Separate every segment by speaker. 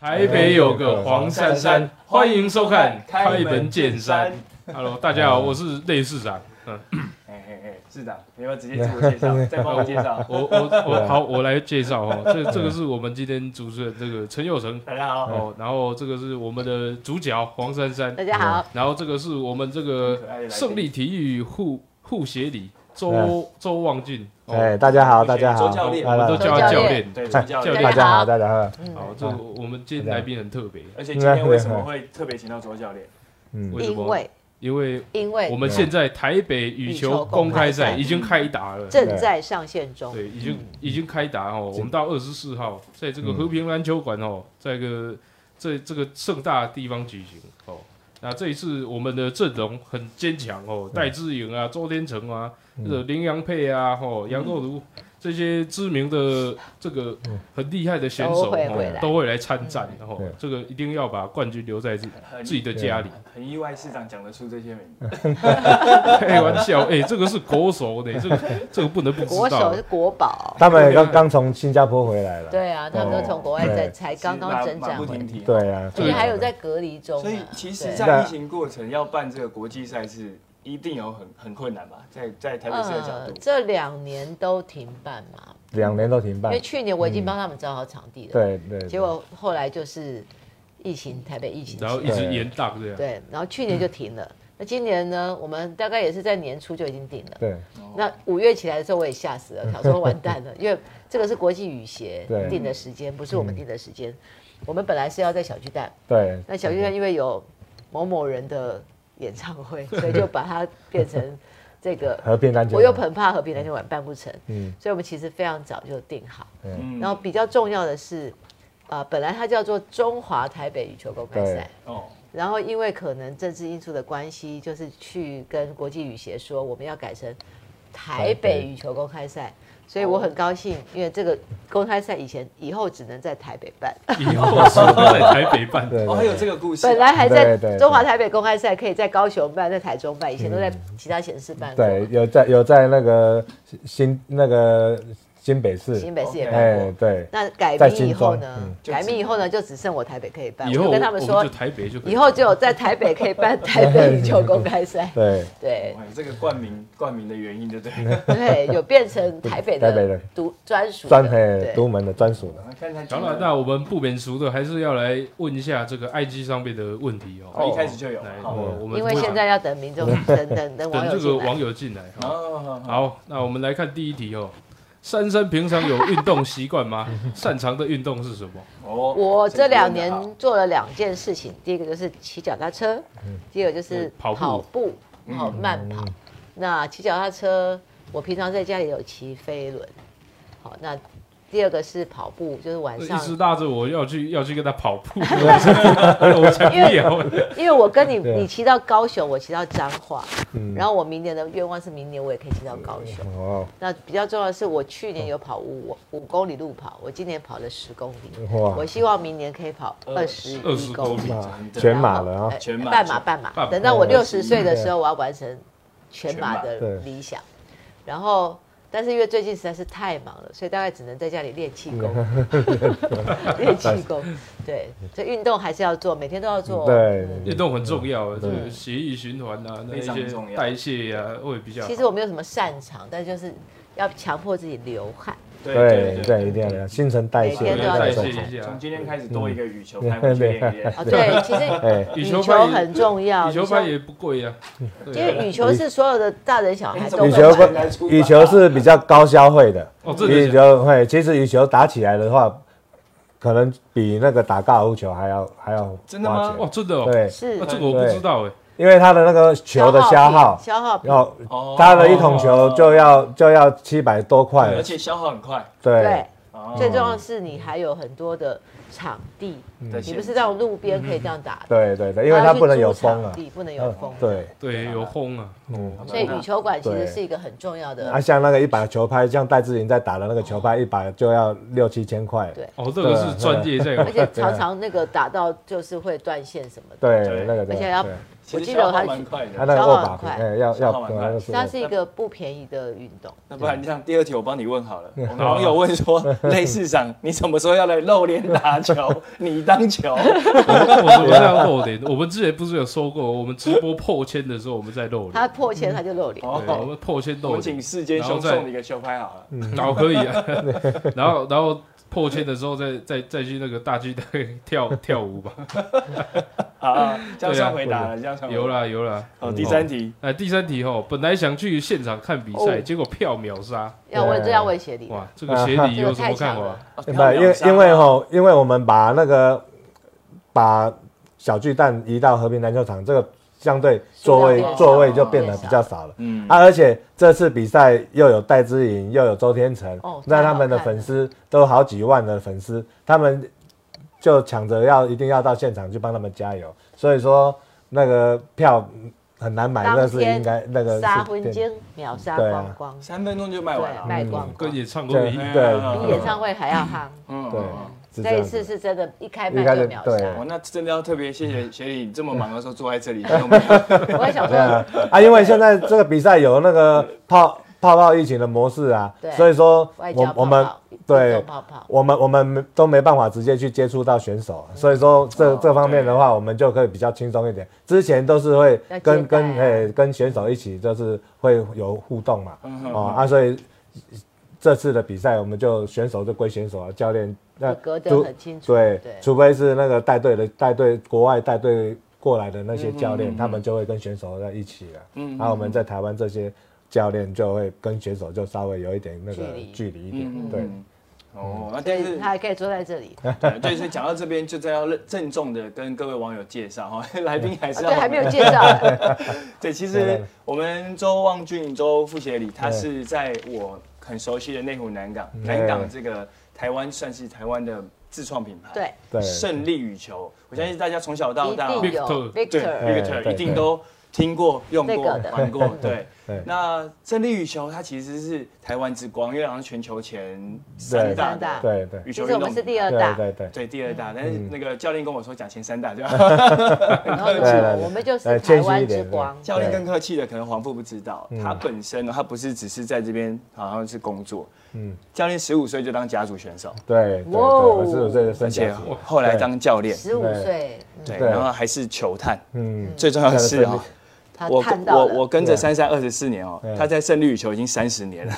Speaker 1: 台北有个黄珊珊，欢迎收看《开门见山》。Hello，大哦家好，我是类市长。嗯，
Speaker 2: 嘿嘿嘿，市长，你要不要直接自我介 绍，再帮我介绍。
Speaker 1: 我我我好，我来介绍哦。这这个是我们今天主持人这个陈友成
Speaker 2: 大家好，
Speaker 1: 哦，然后这个是我们的主角黄珊珊，
Speaker 3: 大家好，
Speaker 1: 然后这个是我们这
Speaker 2: 很可爱的来
Speaker 1: 个
Speaker 2: 宾
Speaker 1: 胜利体育护护协理周周望俊哦，
Speaker 4: 哎，大家好，大家好，
Speaker 2: 周教练
Speaker 1: 我们都叫他教
Speaker 3: 周教
Speaker 1: 练。
Speaker 2: 对，主教
Speaker 1: 教
Speaker 2: 练。
Speaker 1: 练
Speaker 4: 大家好，大家好，
Speaker 3: 嗯
Speaker 1: 好，这个我们今天来宾很特别，
Speaker 2: 而且今天为什么会特别请到卓教练？
Speaker 4: 嗯，
Speaker 1: 为什
Speaker 3: 因
Speaker 1: 么？
Speaker 3: 为
Speaker 1: 因为
Speaker 3: 因为
Speaker 1: 我们现在台北羽球公开赛已经开打了，
Speaker 3: 正在上线中，
Speaker 1: 对，已经已经开打哦。
Speaker 4: 嗯
Speaker 1: 我们到二十四号，在这个和平篮球馆哦，在一个这这个盛大的地方举行哦。那这一次我们的阵容很坚强哦，戴志颖啊、周天成啊、
Speaker 4: 嗯
Speaker 1: 这个林洋配啊、哦杨若如这些知名的这个很厉害的选手
Speaker 3: 都会回
Speaker 1: 哦
Speaker 3: 来，嗯
Speaker 1: 都会来参战哦
Speaker 4: 嗯对。啊
Speaker 1: 这个一定要把冠军留在自己
Speaker 2: 很
Speaker 1: 自己的家里。
Speaker 2: 很意外，市长讲得出这些名字。
Speaker 1: 开玩笑，哎、这个是国手呢、这个这个不能不
Speaker 3: 国
Speaker 1: 知道
Speaker 3: 手。是国宝，
Speaker 4: 他们也刚刚从新加坡回来了，
Speaker 3: 对啊，他们都从国外在才刚刚整
Speaker 2: 马
Speaker 3: 展
Speaker 2: 不
Speaker 3: 回
Speaker 2: 停
Speaker 3: 来，
Speaker 2: 蹄。。
Speaker 4: 对啊，
Speaker 3: 而且还有在隔离中啊，
Speaker 2: 所以其实，
Speaker 3: 对
Speaker 2: 在疫情过程要办这个国际赛事，一定有很很困难吧？在在台北市的角
Speaker 3: 呃
Speaker 2: 度，，
Speaker 3: 这两年都停办嘛，
Speaker 4: 两年都停
Speaker 3: 因
Speaker 4: 办
Speaker 3: 为，去年我已经帮他们找好场地了，，
Speaker 4: 对对，
Speaker 3: 结果后来就是疫情，台北疫情起
Speaker 1: 然
Speaker 3: 来，
Speaker 1: 后一直延宕这样。
Speaker 3: 对，然后去年就停了。那今年呢？我们大概也是在年初就已经定了。
Speaker 4: 对
Speaker 3: 那五月起来的时候，我也吓死 了，想说完蛋了，因为这个是国际羽协
Speaker 4: 对嗯
Speaker 3: 定的时间，不是我们定的时间。我们本来是要在小巨蛋，
Speaker 4: 对，。
Speaker 3: 那小巨蛋因为有某某人的演唱会，所以就把它变成这个
Speaker 4: 和平篮球，
Speaker 3: 我又很怕和平篮球馆办不成，
Speaker 4: 嗯
Speaker 3: 所以我们其实非常早就定好。
Speaker 2: 嗯
Speaker 3: 呃然后比较重要的是，呃，本来它叫做中华台北羽球公开赛
Speaker 4: 对，
Speaker 2: 哦，
Speaker 3: 然后因为可能政治因素的关系，就是去跟国际羽协说我们要改成台北羽球公开赛，所以我很高兴，因为这个公开赛以前以后只能在台北办，
Speaker 1: 以后是在台北办。
Speaker 4: 对
Speaker 2: 哦，还有这个故事啊。
Speaker 3: 本来还
Speaker 4: 对
Speaker 3: 在
Speaker 4: 对对
Speaker 3: 中华台北公开赛可以在高雄办，在台中办，以前都在其他县市办过，
Speaker 4: 对，有在有在那个新那个新北市，
Speaker 3: 新北市也办
Speaker 4: 哎
Speaker 3: 过。
Speaker 4: 对，
Speaker 3: 那改
Speaker 4: 在
Speaker 3: 名以
Speaker 4: 新
Speaker 3: 后
Speaker 4: 庄
Speaker 3: 呢
Speaker 4: 嗯？。
Speaker 3: 改名以后呢，就只剩我台北可以办。我
Speaker 1: 以后
Speaker 3: 就跟他们
Speaker 1: 我
Speaker 3: 说
Speaker 1: 就，台北就可
Speaker 3: 以后只有在台北可以办台北羽球公开赛
Speaker 4: 对
Speaker 3: 对，
Speaker 2: 哦哇，这个冠名冠名的原因，对不对？
Speaker 3: 对，有变成台北
Speaker 4: 台北
Speaker 3: 的
Speaker 4: 的
Speaker 3: 独专属的
Speaker 4: 专
Speaker 3: 对
Speaker 4: 嘿独门的专属的，
Speaker 2: 我看他
Speaker 1: 当然，那我们不免俗的还是要来问一下这个 IG 上面的问题
Speaker 2: 哦
Speaker 1: 哦。
Speaker 2: 一开始就有。
Speaker 1: 来，哦
Speaker 2: 好
Speaker 1: 我我们
Speaker 3: 因为
Speaker 1: 会
Speaker 3: 现在要等民众等等等网
Speaker 1: 等
Speaker 3: 友
Speaker 1: 这个
Speaker 3: 进来
Speaker 1: 网。友进来。好
Speaker 2: 好哦好好，
Speaker 1: 好，那我们来看第一题哦。珊珊平常有运动习惯 吗？擅长的运动是什么？
Speaker 2: 哦
Speaker 3: 我这两年
Speaker 1: 啊
Speaker 2: 这个问得好
Speaker 3: 做了两件事情，第一个就是骑脚踏车，
Speaker 4: 嗯
Speaker 3: 第二个就是
Speaker 1: 嗯跑步嗯
Speaker 3: 步，跑慢跑。那骑脚踏车，我平常在家里有骑飞轮。好，那第二个是跑步，就是晚
Speaker 1: 一
Speaker 3: 上，
Speaker 1: 直拉着我要去要去跟他跑 步，哎我才不要。
Speaker 3: 因为我跟你
Speaker 4: 对啊
Speaker 3: 你骑到高雄，我骑到彰化，
Speaker 4: 嗯
Speaker 3: 然后我明年的愿望是明年我也可以骑到高雄。
Speaker 4: 哦
Speaker 3: 那比较重要的是，我去
Speaker 4: 嗯
Speaker 3: 年有跑五五公里路跑，我今年跑了十公里，
Speaker 4: 哦哇
Speaker 3: 我，希望明年可以跑二十
Speaker 1: 20
Speaker 3: 一公
Speaker 1: 公
Speaker 3: 里
Speaker 1: 里，
Speaker 2: 真的
Speaker 4: 全马了啊
Speaker 3: 呃，
Speaker 2: 全马
Speaker 3: 半马半马。
Speaker 1: 半马
Speaker 3: 等到我
Speaker 4: 哦
Speaker 3: 六十岁的时候，我要完成全
Speaker 2: 全
Speaker 3: 马
Speaker 2: 马
Speaker 3: 的
Speaker 4: 对
Speaker 3: 理想。然后，但是因为最近实在是太忙了，所以大概只能在家里练气 功，练气功。对，这运动还是要做，每天都要做。
Speaker 4: 对
Speaker 3: 嗯
Speaker 1: 运动很重要啊，这个血液循环啊，那一
Speaker 2: 非常重
Speaker 1: 些
Speaker 2: 要
Speaker 1: 代谢啊会比较好。
Speaker 3: 其实我没有什么擅长，但就是要强迫自己流汗。
Speaker 4: 对对，一定要的，新陈代谢，
Speaker 3: 每天都要
Speaker 1: 代
Speaker 3: 做
Speaker 1: 谢一下
Speaker 2: 从。今天开
Speaker 4: 嗯
Speaker 2: 始多一个羽球拍，回去练一练。
Speaker 4: 啊
Speaker 3: 哦，对，其实
Speaker 4: 哎，
Speaker 1: 羽
Speaker 3: 羽
Speaker 1: 球
Speaker 3: 球
Speaker 1: 拍也
Speaker 3: 很重要，
Speaker 1: 羽球拍也不贵呀、啊，
Speaker 3: 因为羽球是所有的大人小孩都
Speaker 4: 羽
Speaker 3: 会
Speaker 4: 球
Speaker 3: 玩。
Speaker 4: 不，羽球是比较高消费的。
Speaker 1: 哦，这
Speaker 4: 羽
Speaker 1: 个
Speaker 4: 球会，其实羽球打起来的话，可能比那个打高尔夫球还要还要
Speaker 2: 真的吗
Speaker 4: 花
Speaker 1: 哇，
Speaker 4: 钱
Speaker 1: 真的哦，
Speaker 4: 对，
Speaker 3: 是
Speaker 1: 那这个我不知道哎，
Speaker 4: 因为它的那个球的消耗
Speaker 3: 品，消耗品
Speaker 4: 要
Speaker 2: 哦
Speaker 4: 它的一桶球就要就要七百多块
Speaker 2: 而
Speaker 4: 了，
Speaker 2: 且消耗很快。
Speaker 4: 对
Speaker 3: 对，
Speaker 2: 哦
Speaker 3: 最重要的是你还有很多的场地，
Speaker 4: 嗯
Speaker 2: 对
Speaker 3: 你不是在路边可以这样打的，
Speaker 4: 对对对，因为它不能有风
Speaker 3: 还要去租
Speaker 4: 啊
Speaker 3: 场，地不能有
Speaker 4: 嗯
Speaker 3: 风，
Speaker 4: 对嗯
Speaker 1: 对，有轰啊，
Speaker 2: 他
Speaker 3: 所以
Speaker 2: 们
Speaker 3: 羽球馆其实
Speaker 4: 对
Speaker 3: 是一个很重要
Speaker 4: 啊，
Speaker 3: 的，
Speaker 4: 像那个一把球拍，像戴志颖在打的那个球拍，一把就要六七千块。
Speaker 3: 对
Speaker 1: 哦，这个是专业在
Speaker 3: 而且
Speaker 4: 啊
Speaker 3: 常常那个打到就是会断线什么的。
Speaker 4: 对
Speaker 2: 对，
Speaker 4: 那个
Speaker 3: 而且
Speaker 4: 对，
Speaker 3: 要
Speaker 4: 对
Speaker 2: 其
Speaker 3: 我
Speaker 2: 实
Speaker 3: 记得
Speaker 2: 消耗
Speaker 3: 他
Speaker 2: 蛮快
Speaker 4: 他那
Speaker 2: 的。
Speaker 4: 个
Speaker 3: 消
Speaker 4: 握
Speaker 3: 耗
Speaker 4: 把
Speaker 3: 很快
Speaker 4: 哎要
Speaker 2: 消
Speaker 4: 要
Speaker 2: 耗蛮
Speaker 4: 对
Speaker 2: 快
Speaker 4: 那个
Speaker 3: 所
Speaker 4: 是
Speaker 3: 以它是一个不便宜的运动。
Speaker 2: 那不然这样，第二题我帮你问 好了。我们网友问说，类市长，你什么时候要来露脸打球？你 当球？
Speaker 1: 我们这样露脸，我们之前不是有说过，我们直播破千的时候，我们在露脸
Speaker 3: 他，哦破千他就露脸，
Speaker 1: 对，我们破千
Speaker 2: 我
Speaker 1: 露
Speaker 2: 们
Speaker 1: 脸
Speaker 2: 请，世间兄送你一个球拍好了。
Speaker 4: 嗯
Speaker 1: 然后可以啊，然后然后破千的时候再再再去那个大巨蛋跳跳舞吧，
Speaker 2: 好， 好这
Speaker 4: 啊
Speaker 2: 样算回答了，这样算回答
Speaker 1: 有。啦有啦。
Speaker 2: 好，第三题，
Speaker 1: 哎，第三题哦，本来想去现场看比赛，
Speaker 3: 哦
Speaker 1: 结果票秒杀，
Speaker 3: 要问
Speaker 4: 对
Speaker 3: 这要问协理的。
Speaker 1: 哇，这个协理
Speaker 3: 这个
Speaker 1: 有什么
Speaker 3: 太
Speaker 1: 看
Speaker 3: 强
Speaker 1: 法
Speaker 3: 了？，
Speaker 2: 哦
Speaker 4: 不，因为
Speaker 3: 啊
Speaker 4: 因为，吼，因为我们把那个把小巨蛋移到和平篮球场，这个相对座
Speaker 3: 数量
Speaker 4: 位
Speaker 3: 变少哦
Speaker 4: 座位就变得
Speaker 3: 变少
Speaker 4: 比较少了。
Speaker 2: 嗯，
Speaker 4: 啊，而且这次比赛又有戴之颖，又有周天成
Speaker 3: 哦，
Speaker 4: 那
Speaker 3: 太好
Speaker 4: 他们的
Speaker 3: 看了
Speaker 4: 粉丝都好几万的粉丝，他们就抢着要一定要到现场去帮他们加油，所以说那个票很难买，
Speaker 3: 当
Speaker 4: 那是
Speaker 3: 天
Speaker 4: 应该那个是
Speaker 3: 杀婚
Speaker 4: 对
Speaker 3: 经秒杀
Speaker 4: 对
Speaker 3: 光
Speaker 4: 啊嗯
Speaker 3: 光，
Speaker 2: 三分钟就卖完
Speaker 3: 对，
Speaker 2: 了。
Speaker 3: 卖光光
Speaker 1: 跟，演唱
Speaker 4: 对
Speaker 1: 会一样，
Speaker 2: 嗯
Speaker 3: 比
Speaker 4: 对
Speaker 3: 演唱会还要夯。
Speaker 2: 嗯哦
Speaker 4: 对，哦 是这
Speaker 3: 这一
Speaker 4: 样
Speaker 3: 次
Speaker 4: 子。
Speaker 3: 是真的，一开
Speaker 4: 一开
Speaker 3: 麦
Speaker 4: 始
Speaker 3: 就秒杀。
Speaker 2: 哇，那真的要特别谢谢协理，这么忙的时候坐在 这里，都没有
Speaker 3: 我也想
Speaker 4: 对
Speaker 3: 说，
Speaker 4: 啊，啊，因为现在这个比赛有那个泡泡泡疫情的模式啊
Speaker 3: 对，
Speaker 4: 所以说
Speaker 3: 外交
Speaker 4: 我
Speaker 3: 泡
Speaker 4: 我们
Speaker 3: 泡，运
Speaker 4: 对
Speaker 3: 动泡泡，
Speaker 4: 我们我们没都没办法直接去接触到选手，
Speaker 3: 嗯
Speaker 4: 所以说这、
Speaker 2: 哦
Speaker 4: 这方面的话，我们就可以比较轻松一点。之前都是会
Speaker 3: 要接
Speaker 4: 跟跟
Speaker 3: 待啊
Speaker 4: 诶、跟选手一起，就是会有互动嘛，
Speaker 3: 嗯
Speaker 4: 哦啊，所以这次的比赛我们就选手就归选手啊，教练那
Speaker 3: 就隔得
Speaker 4: 除
Speaker 3: 很清楚。
Speaker 4: 对
Speaker 3: 对，
Speaker 4: 除非是那个带队的带队国外带队过来的那些
Speaker 2: 嗯嗯
Speaker 4: 教练，
Speaker 2: 嗯
Speaker 4: 他们就会跟选手在一起了，
Speaker 2: 嗯嗯
Speaker 4: 然后我们在台湾这些教练就会跟选手就稍微有一点那个
Speaker 3: 距离
Speaker 4: 距离一点，
Speaker 2: 嗯，
Speaker 4: 对。。嗯
Speaker 2: 哦，那
Speaker 3: 所
Speaker 2: 但
Speaker 3: 以
Speaker 2: 是
Speaker 3: 他还可以坐在这 里，啊
Speaker 2: 对，就是讲到这边，就真要郑重的跟各位网友介绍哈， 来宾还是要
Speaker 3: 哦对，还没有介绍，
Speaker 2: 对，其实我们周望俊、周副协理，他是在我很熟悉的内湖南
Speaker 4: 嗯
Speaker 2: 港，南港这个台湾算是台湾的自创品牌，
Speaker 3: 对，
Speaker 4: 对，
Speaker 2: 胜利羽球，我相信大家从小到
Speaker 3: 一
Speaker 2: 大，
Speaker 3: 定有
Speaker 1: Victor
Speaker 2: 对
Speaker 3: Victor，
Speaker 2: Victor
Speaker 4: 对
Speaker 2: 一定都听过、用过、
Speaker 3: 这个的
Speaker 2: 玩过，对。
Speaker 4: 对
Speaker 2: 那胜利羽球它其实是台湾之光，因为好像全球前三大
Speaker 3: 前三大
Speaker 2: 的
Speaker 4: 对对嗯
Speaker 2: 羽
Speaker 3: 其
Speaker 2: 球
Speaker 3: 实
Speaker 2: 运
Speaker 3: 我
Speaker 2: 动
Speaker 3: 们是
Speaker 2: 品牌
Speaker 3: 第二大，
Speaker 4: 对对对，
Speaker 2: 对，第二大，但是那个教练跟我说讲前三大就 好。
Speaker 3: 然后
Speaker 4: 对
Speaker 3: 就
Speaker 4: 对
Speaker 3: 是
Speaker 4: 对
Speaker 3: 我们就是
Speaker 4: 呃
Speaker 3: 台
Speaker 4: 谦虚一
Speaker 3: 湾
Speaker 4: 点
Speaker 3: 之光，
Speaker 2: 教练更客气的，可能黄富不知道，
Speaker 4: 嗯
Speaker 2: 他本身呢，他不是只是在这边好像是工作，嗯
Speaker 4: 嗯，
Speaker 2: 教练十五岁就当甲组选手，
Speaker 4: 对对，
Speaker 3: 哇哦
Speaker 4: 我是有这个
Speaker 2: 而
Speaker 4: 分
Speaker 2: 且
Speaker 4: 享，
Speaker 2: 后后来当教练，
Speaker 3: 十五岁，嗯
Speaker 2: 对，
Speaker 4: 对
Speaker 2: 然后还是球探，
Speaker 4: 嗯，
Speaker 2: 最重要的是
Speaker 4: 对
Speaker 2: 啊。
Speaker 3: 他
Speaker 2: 我
Speaker 3: 看
Speaker 2: 跟
Speaker 3: 到
Speaker 2: 我
Speaker 3: 了
Speaker 2: 我。跟着珊珊二十四年哦，
Speaker 4: 对
Speaker 2: 他在胜利羽球已经三十年了，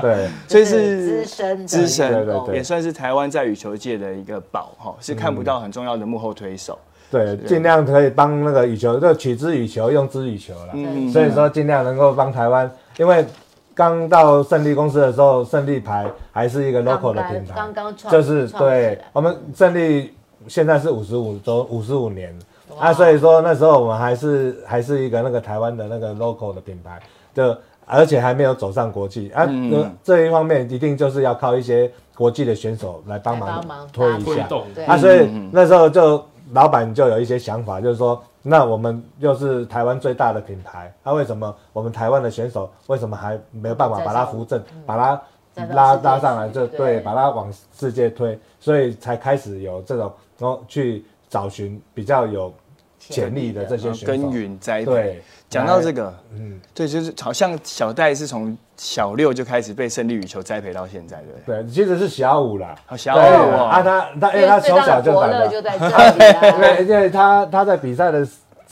Speaker 4: 对
Speaker 2: 所以
Speaker 3: 嗯就是
Speaker 2: 是
Speaker 3: 资深的
Speaker 2: 资深
Speaker 4: 对对对嗯
Speaker 2: 也算是台湾在羽球界的一个宝哈，是看不到很重要的幕后推手。
Speaker 4: 对，尽量可以帮那个羽球，就取之羽球，用之羽球啦。
Speaker 2: 嗯
Speaker 4: 所以说尽量能够帮台湾，因为刚到胜利公司的时候，胜利牌还是一个 local 的品牌，
Speaker 3: 刚刚创
Speaker 4: 就是
Speaker 3: 创起
Speaker 4: 对
Speaker 3: 来
Speaker 4: 我们胜利现在是五十五周五十五年
Speaker 3: 哇
Speaker 4: 啊，所以说那时候我们还是还是一个那个台湾的那个 local 的品牌的，而且还没有走上国际啊、
Speaker 2: 嗯
Speaker 4: 呃这一方面一定就是要靠一些国际的选手来帮
Speaker 3: 来
Speaker 4: 忙
Speaker 3: 帮忙
Speaker 4: 推
Speaker 3: 搭
Speaker 4: 一
Speaker 1: 推
Speaker 4: 下。
Speaker 1: 动，
Speaker 3: 对
Speaker 4: 啊，
Speaker 2: 嗯
Speaker 4: 所以那时候就老板就有一些想法，就是说，那我们又是台湾最大的品牌，那、为什么我们台湾的选手为什么还没有办法把它扶正，把它
Speaker 3: 嗯再到
Speaker 4: 拉
Speaker 3: 世界
Speaker 4: 拉上来，
Speaker 3: 去
Speaker 4: 就
Speaker 3: 对
Speaker 4: 对，把它往世界推，所以才开始有这种然后去找寻比较有潜力的这些
Speaker 2: 然后
Speaker 4: 选手。
Speaker 2: 耕耘栽培
Speaker 4: 对。
Speaker 2: 讲到这个，
Speaker 4: 嗯，
Speaker 2: 对，就是好像小戴是从小六就开始被胜利羽球栽培到现在，对不对？
Speaker 4: 对，其实是小五啦，
Speaker 2: 哦小五
Speaker 4: 对
Speaker 2: 哦
Speaker 4: 啊，他他因
Speaker 3: 因
Speaker 4: 为
Speaker 3: 为
Speaker 4: 他
Speaker 3: 最
Speaker 4: 从
Speaker 3: 大
Speaker 4: 小
Speaker 3: 的
Speaker 4: 就
Speaker 3: 伯
Speaker 4: 打
Speaker 3: 乐
Speaker 4: 的，
Speaker 3: 就在这里啊
Speaker 4: 对，因为他他在比赛的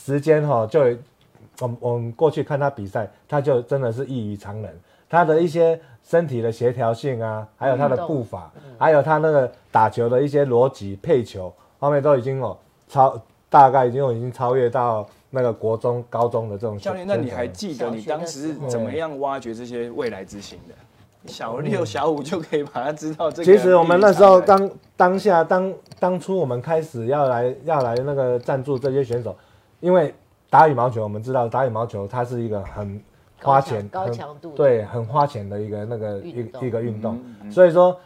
Speaker 4: 时间哈、就我们我们过去看他比赛，他就真的是异于常人，他的一些身体的协调性啊，还有他的步伐，还有他那个打球的一些逻辑、配球方面都已经哦超，大概已经已经超越到那个国中、高中的这种
Speaker 2: 教练，那你还记得你当时是怎么样挖掘这些未来之星的？小六、小五就可以把他知道这个。
Speaker 4: 嗯其实我们那时候当当下当当初我们开始要来要来那个赞助这些选手，因为打羽毛球，我们知道打羽毛球它是一个很
Speaker 3: 高
Speaker 4: 花
Speaker 3: 强
Speaker 4: 钱、
Speaker 3: 高
Speaker 4: 很
Speaker 3: 强度的
Speaker 4: 对很花钱的一个那个
Speaker 3: 运
Speaker 4: 一
Speaker 3: 动
Speaker 4: 一个运动
Speaker 2: 嗯，
Speaker 4: 所以说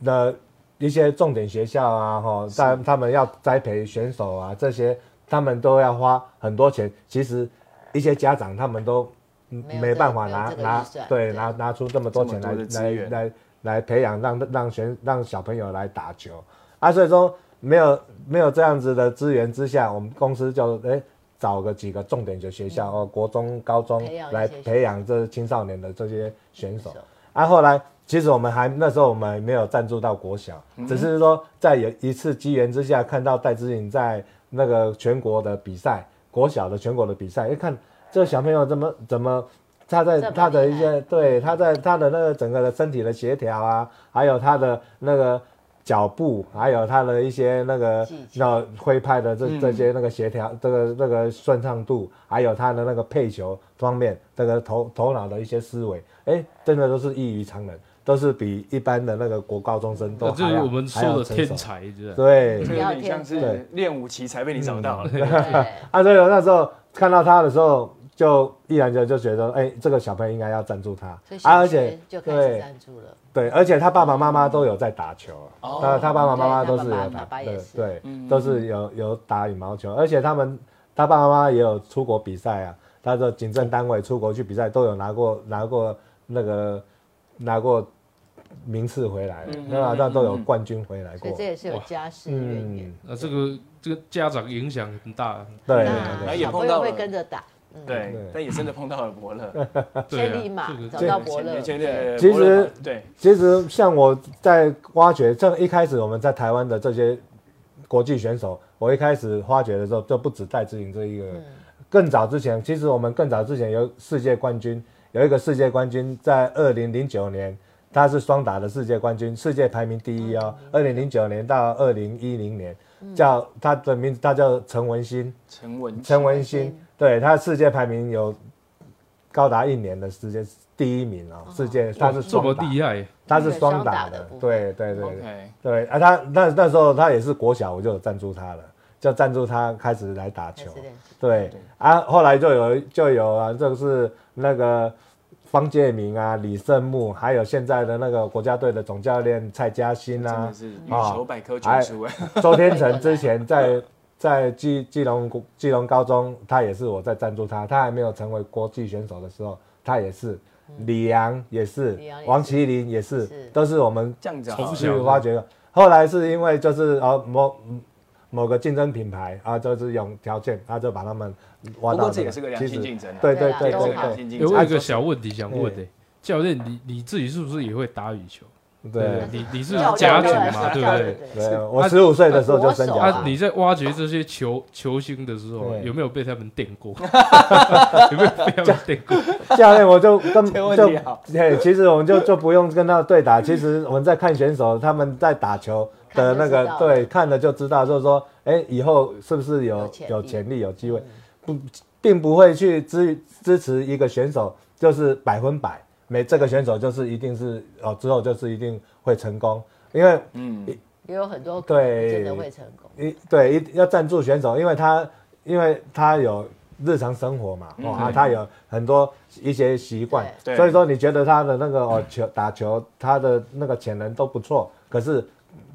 Speaker 4: 那一些重点学校啊，哈，他他们要栽培选手啊，这些他们都要花很多钱。其实一些家长他们都嗯
Speaker 3: 没有
Speaker 4: 没
Speaker 3: 这
Speaker 4: 办法
Speaker 3: 没有
Speaker 4: 拿
Speaker 3: 这个
Speaker 4: 拿
Speaker 3: 预算
Speaker 4: 对
Speaker 3: 对
Speaker 4: 拿拿出这么多
Speaker 2: 这
Speaker 4: 钱
Speaker 2: 么
Speaker 4: 来
Speaker 2: 多的资
Speaker 4: 来
Speaker 2: 源
Speaker 4: 来来培养让让学让小朋友来打球啊，所以说没有没有这样子的资源之下，我们公司就哎、找个几个重点的学校、哦，国中、高中
Speaker 3: 嗯培养一
Speaker 4: 来
Speaker 3: 些
Speaker 4: 培养这青少年的这些选手
Speaker 3: 选手。
Speaker 4: 啊，后来其实我们还那时候我们还没有赞助到国小，只是说在有一次机缘之下看到戴之颖在那个全国的比赛，国小的全国的比赛，一看这小朋友怎么怎么。他在
Speaker 3: 这么
Speaker 4: 他的
Speaker 3: 厉
Speaker 4: 一些对他在他的那个整个的身体的协调啊，还有他的那个脚步，还有他的一些那个
Speaker 3: 技巧
Speaker 4: 那挥拍呃的这
Speaker 1: 嗯
Speaker 4: 这些那个协调，这个这个顺畅度，还有他的那个配球方面，这个头头脑的一些思维，哎，真的都是异于常人，都是比一般的那个国高中生都
Speaker 1: 那这
Speaker 4: 还
Speaker 1: 是
Speaker 4: 要
Speaker 1: 我们
Speaker 4: 还要
Speaker 1: 说的
Speaker 4: 成熟
Speaker 1: 天才，是不是？
Speaker 4: 对
Speaker 2: 这嗯
Speaker 3: 不
Speaker 2: 有
Speaker 3: 要
Speaker 2: 点像
Speaker 4: 对
Speaker 2: 是练武奇才被你找到了。
Speaker 3: 对，
Speaker 4: 啊，所以我那时候看到他的时候，就毅然就就觉得，哎，这个小朋友应该要赞助他
Speaker 3: 所以，小
Speaker 4: 啊，而
Speaker 3: 学
Speaker 4: 且
Speaker 3: 就开始
Speaker 4: 对
Speaker 3: 赞助了，
Speaker 4: 对，而且他爸爸妈妈都有在打球，啊
Speaker 2: 哦
Speaker 4: 他他爸爸妈妈
Speaker 3: 对
Speaker 4: 都
Speaker 3: 他
Speaker 4: 是
Speaker 3: 爸爸
Speaker 4: 有
Speaker 3: 爸
Speaker 4: 打，
Speaker 3: 爸也
Speaker 4: 对
Speaker 3: 是
Speaker 4: 对
Speaker 2: 嗯，
Speaker 4: 都是有有打羽毛球，而且他们他爸爸妈妈也有出国比赛啊，他的警政单位出国去比赛都有拿过拿过那个拿过名次回来
Speaker 2: 嗯，
Speaker 4: 那那都有
Speaker 2: 嗯嗯
Speaker 4: 冠军回来
Speaker 3: 所以
Speaker 4: 过
Speaker 3: 这，也是有
Speaker 1: 哇
Speaker 3: 家世渊源。，
Speaker 1: 那这个这个家长影响很大，
Speaker 4: 嗯对对
Speaker 3: 那
Speaker 2: 后
Speaker 4: 对
Speaker 2: 也
Speaker 3: 小朋
Speaker 2: 碰到
Speaker 3: 友会
Speaker 2: 了
Speaker 3: 跟着打，嗯
Speaker 2: 对
Speaker 4: 嗯对，
Speaker 2: 但也真的碰到了伯乐，
Speaker 1: 对
Speaker 3: 千
Speaker 1: 啊
Speaker 3: 里马
Speaker 1: 这个
Speaker 3: 找到伯乐，
Speaker 2: 前
Speaker 3: 对
Speaker 2: 对
Speaker 4: 其实
Speaker 2: 伯乐嘛对，
Speaker 4: 其实像我在挖掘，像一开始我们在台湾的这些国际选手，我一开始挖掘的时候，就不止戴志颖这一个
Speaker 3: 嗯
Speaker 4: 人。更早之前，其实我们更早之前有世界冠军，有一个世界冠军在二零零九年，他是双打的世界冠军，世界排名第一哦。二零零九年到二零一零年，叫他的名字，他叫陈文心。
Speaker 2: 陈文
Speaker 4: 陈文
Speaker 3: 文
Speaker 4: 心
Speaker 3: 心，
Speaker 4: 对他世界排名有高达一年的时间第一名哦，世界他是
Speaker 1: 这么
Speaker 4: 双打
Speaker 1: 厉害，
Speaker 4: 他是双
Speaker 3: 双打
Speaker 4: 打
Speaker 3: 的
Speaker 4: 的
Speaker 3: 部分，
Speaker 4: 对对对对
Speaker 2: OK，
Speaker 4: 对啊，他那那时候他也是国小，我就有赞助他了，就赞助他开始来打
Speaker 3: 开
Speaker 4: 球
Speaker 3: 始，练习
Speaker 4: 对啊，后来就有就有啊，就是那个方介明啊、李胜木，还有现在的那个国家队的总教练蔡嘉欣
Speaker 2: 真
Speaker 4: 啊
Speaker 2: 的，是羽
Speaker 4: 啊
Speaker 2: 球百科全书哎，
Speaker 4: 周天成之前在 在基基隆国基隆高中，他也是我在赞助他，他还没有成为国际选手的时候，他也是。李阳也是
Speaker 3: 李洋也，
Speaker 4: 王
Speaker 3: 是
Speaker 4: 麒麟也是
Speaker 3: 是，
Speaker 4: 都是我们
Speaker 2: 这样子啊
Speaker 1: 从
Speaker 2: 好
Speaker 1: 小
Speaker 4: 去挖掘的。后来是因为就是呃某某个竞争品牌啊，就是有条件，他就把他们挖
Speaker 2: 不
Speaker 4: 到
Speaker 2: 过
Speaker 4: 个。
Speaker 2: 这也是个良
Speaker 4: 其
Speaker 2: 性
Speaker 4: 实
Speaker 2: 竞争啊，
Speaker 4: 对
Speaker 3: 对
Speaker 4: 对
Speaker 3: 啊
Speaker 4: 对
Speaker 2: 这
Speaker 3: 都
Speaker 2: 是
Speaker 4: 对
Speaker 2: 个
Speaker 3: 好
Speaker 2: 良
Speaker 4: 对
Speaker 2: 性竞
Speaker 1: 有我有一
Speaker 2: 争。
Speaker 1: 个小问题想问
Speaker 4: 对
Speaker 1: 诶，教练，你你自己是不是也会打羽球？
Speaker 4: 对
Speaker 1: 你你是
Speaker 3: 教练
Speaker 1: 甲
Speaker 3: 对
Speaker 1: 组
Speaker 3: 啊
Speaker 1: 嘛，对不
Speaker 3: 教
Speaker 1: 对
Speaker 3: 练？
Speaker 4: 对，我十五岁的时候就升
Speaker 3: 国手
Speaker 4: 甲
Speaker 1: 啊，
Speaker 3: 啊
Speaker 4: 级，
Speaker 1: 你在挖掘这些球球星的时候，
Speaker 4: 对
Speaker 1: 有没有被他们电过？有没有被他们电过？
Speaker 4: 教练我就 跟
Speaker 2: 这个问
Speaker 4: 就
Speaker 2: 题好
Speaker 4: 嘿，其实我们就就不用跟他对 打，其实我们在看选手他们在打球的那
Speaker 3: 看就
Speaker 4: 个
Speaker 3: 知道，
Speaker 4: 对，看了就知道，就是说，哎，以后是不是
Speaker 3: 有
Speaker 4: 有
Speaker 3: 潜力嗯
Speaker 4: 有潜力、有机会，不，并不会去支支持一个选手就是百分百，每这个选手就是一定是哦，之后就是一定会成功，因为
Speaker 2: 嗯，
Speaker 3: 也有很多
Speaker 4: 对
Speaker 3: 真的会成功。
Speaker 4: 一对一要赞助选手，因为他因为他有日常生活嘛，哦，啊他有很多一些习惯，
Speaker 2: 嗯对
Speaker 4: 所以说你觉得他的那个哦球打球，他的那个潜能都不错，可是，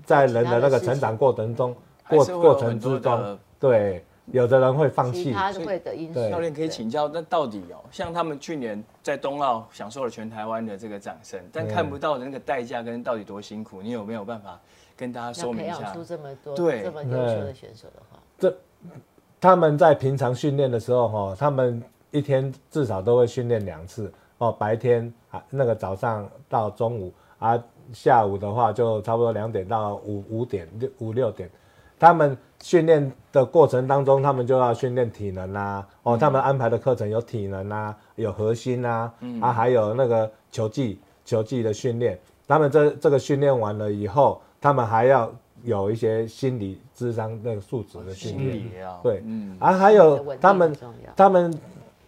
Speaker 4: 在人的那个成长过程中，
Speaker 2: 还
Speaker 4: 过
Speaker 2: 是会有
Speaker 4: 过程
Speaker 2: 很多
Speaker 4: 之
Speaker 2: 的
Speaker 4: 中，对，有的人会放
Speaker 3: 其
Speaker 4: 弃，
Speaker 3: 他会的因素，
Speaker 4: 对
Speaker 2: 教练可以请教，那到底哦，像他们去年在冬奥享受了全台湾的这个掌声，但看不到的那个代价跟到底多辛苦，你有没有办法跟大家
Speaker 3: 要
Speaker 2: 说明
Speaker 3: 培
Speaker 2: 一
Speaker 3: 养
Speaker 2: 下
Speaker 3: 出？这么多
Speaker 2: 对
Speaker 3: 这么优秀的选手的话，
Speaker 4: 他们在平常训练的时候，哈，他们一天至少都会训练两次哦，白天啊那个早上到中午啊，下午的话就差不多两点到五五点六五六点，他们训练的过程当中，他们就要训练体能啊，
Speaker 2: 嗯
Speaker 4: 哦，他们安排的课程有体能啊，有核心啊，
Speaker 2: 嗯
Speaker 4: 啊，还有那个球技球技的训练，他们这这个训练完了以后，他们还要有一些心理智商那个素质的训
Speaker 2: 心
Speaker 4: 练。
Speaker 2: 理啊，
Speaker 4: 对
Speaker 2: 嗯，
Speaker 4: 啊，还
Speaker 3: 这个
Speaker 4: 有
Speaker 3: 稳定
Speaker 4: 他
Speaker 3: 很
Speaker 4: 们
Speaker 3: 重要
Speaker 4: 他们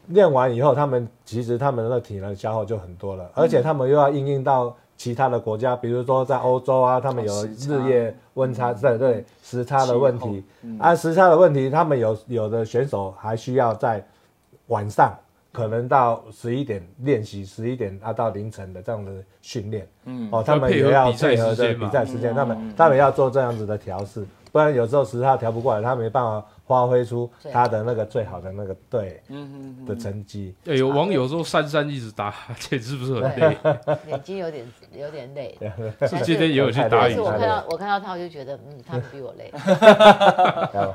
Speaker 4: 练完以后，他们其实他们的体能消耗就很多了，而且他们又要应用到其他的国家，比如说在欧洲啊，他们有
Speaker 2: 时差
Speaker 4: 日夜温差，对对，时差的问
Speaker 2: 气
Speaker 4: 题啊，时差的问题，他们有有的选手还需要在晚上。可能到十一点练习，十一点啊到凌晨的这样的训练，嗯，哦，他们也要配合
Speaker 1: 要配合比赛时
Speaker 4: 着
Speaker 1: 间嘛
Speaker 4: 比赛时间，他们他们要做这样子的调试，不然有时候时差调不过来，他没办法发挥出
Speaker 3: 最好
Speaker 4: 他的那个最好的那个队
Speaker 2: 嗯
Speaker 4: 的成绩。
Speaker 1: 哎有网友说珊珊一直打哈欠，是不是很累？
Speaker 3: 眼睛有点有点累 了。
Speaker 1: 是今天也有去打
Speaker 3: 但
Speaker 1: 羽
Speaker 3: 是
Speaker 1: 球
Speaker 3: 我看
Speaker 4: 累
Speaker 3: 到我看到他，我就觉得，嗯，他们比我 累。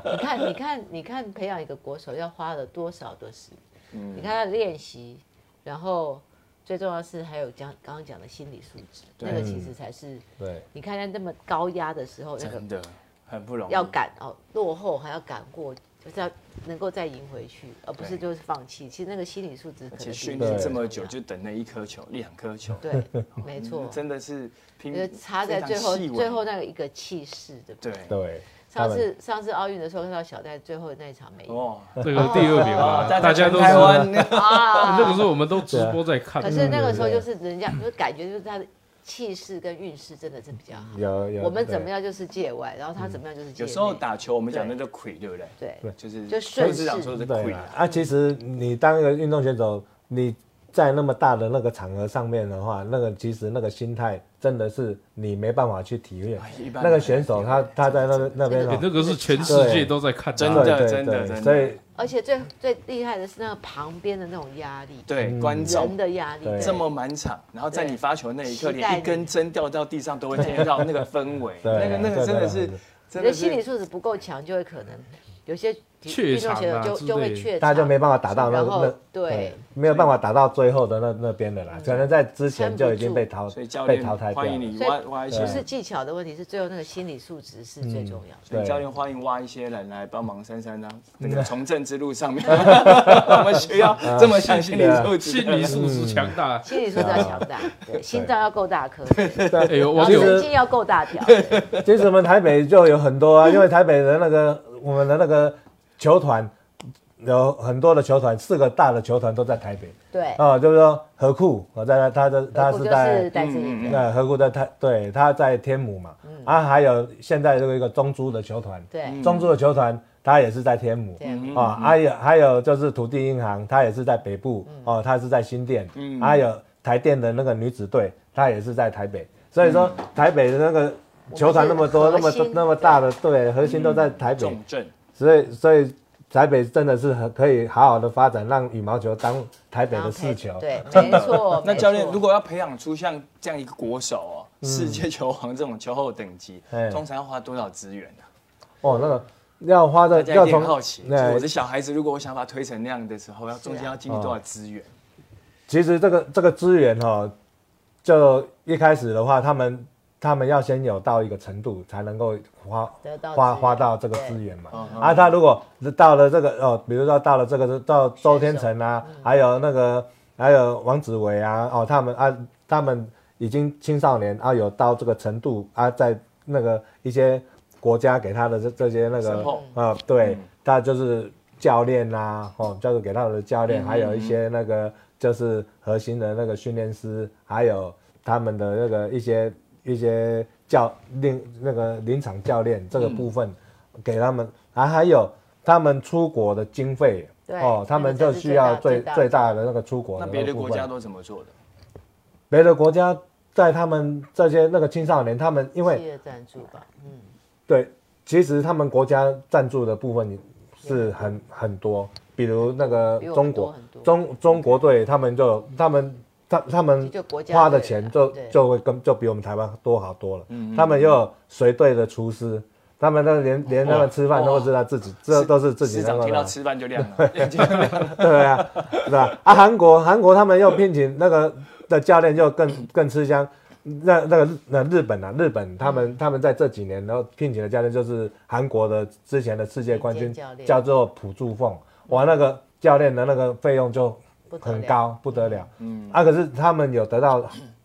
Speaker 3: 你看，你看，你看，培养一个国手要花了多少的时？
Speaker 2: 嗯
Speaker 3: 你看他练习，然后最重要是还有讲刚刚讲的心理素质，那个其实才是
Speaker 4: 对，
Speaker 3: 你看在那么高压的时候，那个
Speaker 2: 真的很不容易。
Speaker 3: 要赶哦，落后还要赶过，就是要能够再赢回去，而不
Speaker 2: 对
Speaker 3: 是就是放弃。其实那个心理素质
Speaker 2: 而
Speaker 3: 可能
Speaker 2: 且
Speaker 3: 比
Speaker 2: 训
Speaker 3: 你
Speaker 2: 练
Speaker 3: 想
Speaker 2: 这么
Speaker 3: 象
Speaker 2: 久，
Speaker 3: 要
Speaker 2: 就等那一颗球、两颗球，嗯
Speaker 3: 对，没错，
Speaker 2: 真的是拼
Speaker 3: 就差在最后
Speaker 2: 非常细微
Speaker 3: 最后那个一个气势，对不对？
Speaker 2: 对
Speaker 4: 对，他
Speaker 3: 上
Speaker 4: 们
Speaker 3: 次上次奥运的时候看到小戴最后那一场没赢
Speaker 2: 哦，
Speaker 1: 那个第二名嘛，嗯大家都是
Speaker 2: 台 湾
Speaker 3: 啊，
Speaker 1: 那个时候我们都直播在看
Speaker 3: 可，是那个时候就是人家就感觉就是他的气势跟运势真的是比较好。
Speaker 4: 有有嗯
Speaker 3: 我们怎么
Speaker 4: 样？
Speaker 3: 样就是界外，然后他怎么样就是界
Speaker 2: 有
Speaker 3: 内。
Speaker 2: 时候打球我们讲那叫魁，对不对？
Speaker 3: 对，
Speaker 2: 就是
Speaker 3: 就顺势
Speaker 2: 市长说的
Speaker 4: 对
Speaker 2: 魁
Speaker 4: 啦，啊，其实你当一个运动选手，你在那么大的那个场合上面的话，那个其实那个心态真的是你没办法去体验
Speaker 2: 哎。一般
Speaker 4: 那个选手他他在那边那边
Speaker 1: 哎
Speaker 4: 哦
Speaker 1: 那个是全世界都在看
Speaker 2: 真
Speaker 1: 他
Speaker 2: 的
Speaker 1: 的。啊
Speaker 4: 对对
Speaker 2: 真的
Speaker 4: 对
Speaker 2: 真的
Speaker 4: 所以
Speaker 3: 而且最最厉害的是那个旁边的那种压力，
Speaker 4: 嗯
Speaker 2: 对观
Speaker 3: 人
Speaker 2: 众
Speaker 3: 的压力
Speaker 4: 对
Speaker 2: 这么满场，然后在你发球那一刻，
Speaker 3: 期待
Speaker 2: 连
Speaker 3: 你
Speaker 2: 一根针掉到地上都会听到那个氛围，
Speaker 4: 对
Speaker 2: 那个那个真的是
Speaker 4: 对对对
Speaker 3: 你
Speaker 2: 真
Speaker 3: 的
Speaker 2: 的
Speaker 3: 心理
Speaker 2: 是
Speaker 3: 素质不够强，就会可能有些
Speaker 1: 怯
Speaker 3: 运
Speaker 1: 场
Speaker 3: 动
Speaker 1: 啊
Speaker 3: 选手
Speaker 1: 之
Speaker 3: 就就
Speaker 1: 类
Speaker 3: 会
Speaker 1: 的
Speaker 3: 怯场，
Speaker 4: 大家就没办法打到那
Speaker 3: 然后
Speaker 4: 那
Speaker 3: 对，嗯
Speaker 4: 没有办法打到最后的那那边的啦，可能在之前就已经被淘
Speaker 2: 所以教
Speaker 4: 被
Speaker 2: 练
Speaker 4: 淘汰掉
Speaker 2: 欢
Speaker 4: 了。
Speaker 2: 迎你
Speaker 3: 所以
Speaker 2: 挖挖一些
Speaker 3: 不是技巧的问题，是最后那个心理素质是
Speaker 4: 嗯
Speaker 3: 最重要的。
Speaker 2: 所以
Speaker 4: 对
Speaker 2: 教练欢迎挖一些人来帮忙 珊珊啊，那个从政之路上面， 我们需要这
Speaker 4: 啊
Speaker 2: 么想心理素质
Speaker 1: 心
Speaker 2: 的人，
Speaker 1: 理素质强大，
Speaker 3: 心理素质要强大，
Speaker 4: 嗯
Speaker 3: 对，心脏要够大颗，
Speaker 1: 哎，有
Speaker 3: 然
Speaker 1: 网
Speaker 3: 后
Speaker 1: 友
Speaker 3: 神经要够大条，对
Speaker 4: 其实我们台北就有很多啊，因为台北的那个我们的那个球团有很多的球团，四个大的球团都在台北
Speaker 3: 对，
Speaker 4: 啊，就是说河库，我在他的他
Speaker 3: 我
Speaker 4: 是
Speaker 3: 就
Speaker 4: 在
Speaker 3: 是戴志颖，
Speaker 2: 嗯
Speaker 4: 那河库在台，对，他在天母嘛，啊，还有现在这个一个中珠的球团，
Speaker 3: 嗯对
Speaker 4: 中珠的球团他也是在天母，
Speaker 3: 对，
Speaker 2: 嗯
Speaker 4: 啊，还有还有就是土地银行，它也是在北部
Speaker 2: 嗯
Speaker 4: 哦，它是在新店，啊还有台电的那个女子队，它也是在台北，所以说
Speaker 2: 嗯
Speaker 4: 台北的那个球团那么多，
Speaker 3: 我
Speaker 4: 那
Speaker 3: 们是
Speaker 4: 么
Speaker 3: 核
Speaker 4: 多
Speaker 3: 心
Speaker 4: 那么大的队，核心都在台北
Speaker 2: 嗯重，症，。
Speaker 4: 所以所以台北真的是很可以好好的发展，让羽毛球当台北
Speaker 3: 然后
Speaker 4: 的
Speaker 3: 配
Speaker 4: 市球，
Speaker 3: 对， 没错
Speaker 2: 那教练
Speaker 3: 没错
Speaker 2: 如果要培养出像这样一个国手哦，世界球王这种球后等级
Speaker 4: 嗯哎，
Speaker 2: 通常要花多少资源呢？
Speaker 4: 哦，那个要花的
Speaker 2: 大家
Speaker 4: 要
Speaker 2: 一定
Speaker 4: 从
Speaker 2: 很好奇，就是
Speaker 4: 哎啊
Speaker 2: 我的小孩子，如果我想把他推成那样的时候，要中间要经历多少资源？
Speaker 4: 其实这个这个资源哈、哦，就一开始的话，他们他们要先有到一个程度，才能够花
Speaker 3: 得到资
Speaker 4: 花
Speaker 3: 源
Speaker 4: 花到这个
Speaker 3: 对
Speaker 4: 资源嘛。
Speaker 2: 嗯
Speaker 4: 啊，他如果是到了这个哦，比如说到了这个到周天成啊，还有那个还有王子维啊，哦，他们啊，他们已经青少年啊，有到这个程度啊，在那个一些国家给他的这这些那个
Speaker 2: Support
Speaker 4: 啊，对，他就是教练啦、哦，就是给他们的教
Speaker 3: 嗯
Speaker 4: 练，还有一些那个就是核心的那个训练师，还有他们的那个一些一些教令那个临场教练这个部分，给他们，啊，还有他们出国的经费。
Speaker 3: 对
Speaker 4: 哦，他们
Speaker 3: 那
Speaker 4: 就
Speaker 3: 个才是
Speaker 4: 需要
Speaker 3: 最
Speaker 4: 最
Speaker 3: 大
Speaker 4: 最大的那个出国
Speaker 2: 那
Speaker 4: 的
Speaker 2: 别
Speaker 4: 那
Speaker 2: 的
Speaker 4: 个部
Speaker 2: 国
Speaker 4: 分
Speaker 2: 家都怎么做的？
Speaker 4: 别的国家在他们这些那个青少年，他们因为
Speaker 3: 企业赞助吧，嗯，
Speaker 4: 对，其实他们国家赞助的部分是很很多，比如那个
Speaker 3: 比我
Speaker 4: 呃中
Speaker 3: 们多
Speaker 4: 国
Speaker 3: 很多
Speaker 4: 中中国队，他们就有他们他他们
Speaker 3: 就国家
Speaker 4: 花的
Speaker 3: 队啦
Speaker 4: 钱就
Speaker 3: 对
Speaker 4: 就会跟就比我们台湾多好多了。他们又有随队的厨师，他们那连连他们吃饭都
Speaker 2: 哇
Speaker 4: 会知道自己，这都是自己
Speaker 2: 市
Speaker 4: 那
Speaker 2: 长
Speaker 4: 个
Speaker 2: 听到
Speaker 4: 的
Speaker 2: 吃饭就亮 了， 眼睛就亮了
Speaker 4: 对啊，是吧？啊，韩国韩国他们又聘请那个的教练就更更吃香。那那个那日本啊，日本他
Speaker 3: 嗯
Speaker 4: 们他们在这几年，然后聘请的教练就是韩国的之前的世界冠
Speaker 3: 顶
Speaker 4: 军
Speaker 3: 尖教练
Speaker 4: 叫做朴柱凤，哇，那个教练的那个费用就
Speaker 3: 不得
Speaker 4: 很
Speaker 3: 了，
Speaker 4: 高，不得了。嗯，啊，可是他们有得到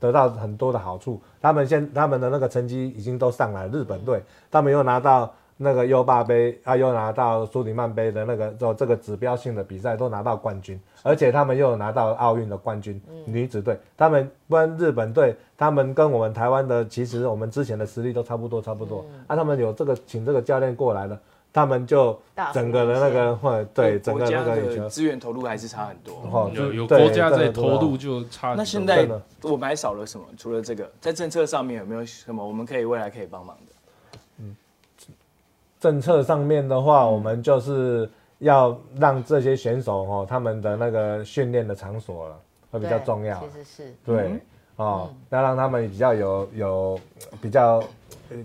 Speaker 4: 得到很多的好处，他们现他们的那个成绩已经都上来了，日本队、他们又拿到那个优霸杯啊，又拿到苏迪曼杯的那个就这个指标性的比赛都拿到冠军，而且他们又有拿到奥运的冠军，
Speaker 3: 嗯
Speaker 4: 女子队，他们不然日本队，他们跟我们台湾的其实我们之前的实力都差不多，差不多、
Speaker 3: 嗯
Speaker 4: 啊，他们有这个请这个教练过来了。他们就
Speaker 3: 大幅
Speaker 4: 整个的那个，或对整
Speaker 2: 国
Speaker 4: 个
Speaker 2: 家
Speaker 4: 那个羽
Speaker 2: 的
Speaker 4: 球
Speaker 2: 资源投入还是差很多。
Speaker 4: 哦，
Speaker 1: 有有
Speaker 4: 对啊
Speaker 1: 国家在
Speaker 4: 真的不
Speaker 1: 投入
Speaker 4: 错
Speaker 1: 就差。
Speaker 2: 那现在
Speaker 4: 真的
Speaker 2: 我们还少了什么？除了这个，在政策上面有没有什么我们可以未来可以帮忙的？
Speaker 4: 政策上面的话，
Speaker 3: 嗯
Speaker 4: 我们就是要让这些选手哦，他们的那个训练的场所了会比较
Speaker 3: 对
Speaker 4: 重要
Speaker 3: 其。实是
Speaker 4: 对，哦，
Speaker 3: 嗯
Speaker 4: 要让他们比较有有比较呃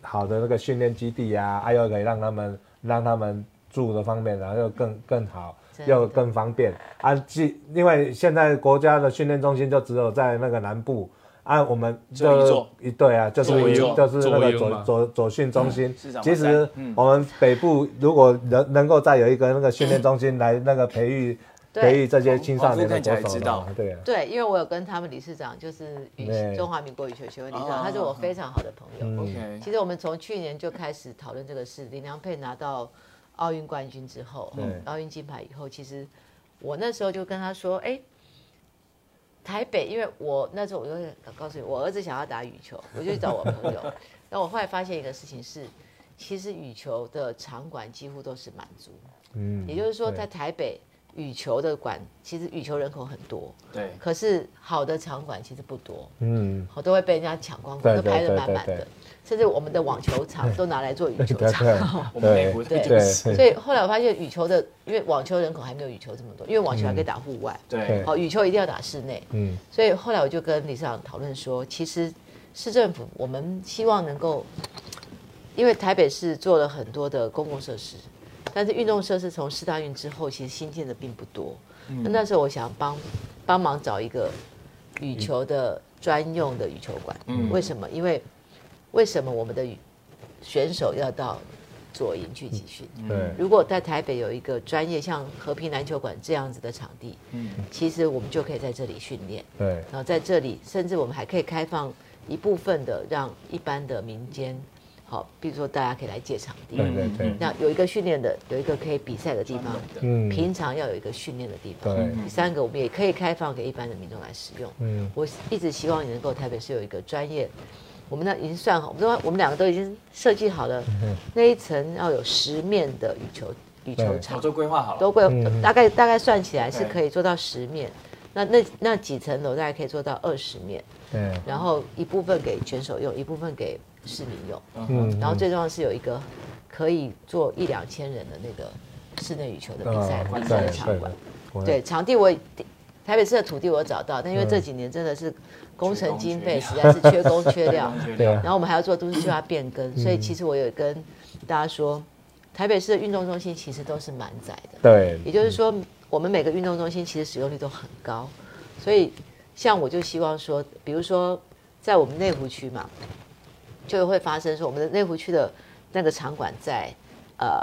Speaker 4: 好的那个训练基地啊，啊又可以让他们让他们住的方面，然啊后又更更好，
Speaker 3: 真的
Speaker 4: 又更方便啊。既因为现在国家的训练中心就只有在那个南部。啊，我们
Speaker 2: 这一
Speaker 4: 就
Speaker 2: 座
Speaker 4: 一对啊，就是
Speaker 2: 左一座
Speaker 4: 就是那个
Speaker 1: 左一嘛
Speaker 4: 左左左训中心
Speaker 2: 市长。
Speaker 4: 其
Speaker 2: 马
Speaker 4: 实
Speaker 2: 赛嗯
Speaker 4: 我们北部如果能能够再有一个那个训练中心来那个培育
Speaker 3: 对
Speaker 4: 培育这些青少年的
Speaker 2: 王哦夫看起来
Speaker 4: 国手
Speaker 2: 知
Speaker 4: 的
Speaker 2: 道
Speaker 4: 话，对啊。
Speaker 3: 对，因为我有跟他们理事长，就是羽
Speaker 4: 对嗯
Speaker 3: 中华民国羽球协会理事
Speaker 2: 哦
Speaker 3: 长，他是我非常好的朋友。
Speaker 2: OK，
Speaker 3: 其实我们从去年就开始讨论这个事。林良佩拿到奥运冠军之后
Speaker 4: 对，
Speaker 3: 奥运金牌以后，其实我那时候就跟他说：“哎，台北，因为我那时候我就告诉你，我儿子想要打羽球，我就去找我 朋友。然后我后来发现一个事情是，其实羽球的场馆几乎都是满足，
Speaker 4: 嗯
Speaker 3: 也就是说，
Speaker 4: 对
Speaker 3: 在台北羽球的馆，其实羽球人口很多，
Speaker 2: 对，
Speaker 3: 可是好的场馆其实不多。”
Speaker 4: 嗯，
Speaker 3: 好都会被人家抢光光，
Speaker 4: 对
Speaker 3: 都
Speaker 4: 对
Speaker 3: 排得
Speaker 4: 对
Speaker 3: 满
Speaker 4: 对
Speaker 3: 满
Speaker 4: 对
Speaker 3: 的，甚至我们的网球场都拿来做羽球
Speaker 4: 对
Speaker 3: 场。
Speaker 4: 对
Speaker 2: 我们美国
Speaker 3: 对
Speaker 2: 这个
Speaker 4: 对
Speaker 3: 所以后来我发现羽球的，因为网球人口还没有羽球这么多，因为网球还可以打户外，
Speaker 2: 对
Speaker 3: 好、羽球一定要打室内。
Speaker 4: 嗯
Speaker 3: 所以后来我就跟理事长讨论说，其实市政府我们希望能够，因为台北市做了很多的公共设施，但是运动设施从四大运之后其实新建的并不多。那那时候我想帮帮忙找一个羽球的专用的羽球馆，
Speaker 2: 嗯
Speaker 3: 为什么？因为为什么我们的羽选手要到左营去集训？
Speaker 2: 嗯
Speaker 4: 对
Speaker 3: 如果在台北有一个专业像和平篮球馆这样子的场地，
Speaker 2: 嗯
Speaker 3: 其实我们就可以在这里训练。
Speaker 4: 对
Speaker 3: 然后在这里，甚至我们还可以开放一部分的，让一般的民间，好，比如说大家可以来借场地，
Speaker 2: 嗯
Speaker 4: 对对对，
Speaker 3: 那有一个训练的，有一个可以比赛的地方，
Speaker 4: 嗯，
Speaker 3: 平常要有一个训练的地方。
Speaker 4: 对
Speaker 3: 第三个，我们也可以开放给一般的民众来使用。
Speaker 4: 嗯
Speaker 3: 我一直希望你能够台北市有一个专业，我们那已经算好，我们都我们两个都已经设计好了，
Speaker 4: 嗯
Speaker 3: 那一层要有十面的羽球羽球
Speaker 4: 对
Speaker 3: 场
Speaker 2: 早。就规划好了，
Speaker 3: 都会有
Speaker 4: 嗯
Speaker 3: 大概大概算起来是
Speaker 2: 对
Speaker 3: 可以做到十面，那那那几层楼大概可以做到二十面，
Speaker 4: 对，
Speaker 3: 然后一部分给选手用，一部分给市民用，
Speaker 4: 嗯
Speaker 3: 然后最重要的是有一个可以做一两千人的那个室内羽球的比赛比赛的场馆。
Speaker 4: 嗯啊对
Speaker 3: 对，场地我台北市的土地我有找到，但因为这几年真的是工程经费实在是缺工缺料，
Speaker 2: 嗯
Speaker 4: 对 啊
Speaker 3: 然后我们还要做都市计划变更，所以其实我有跟大家说，台北市的运动中心其实都是满载的。
Speaker 4: 对
Speaker 3: 也就是说，我们每个运动中心其实使用率都很高，所以像我就希望说，比如说在我们内湖区嘛，就会发生说我们的内湖区的那个场馆在呃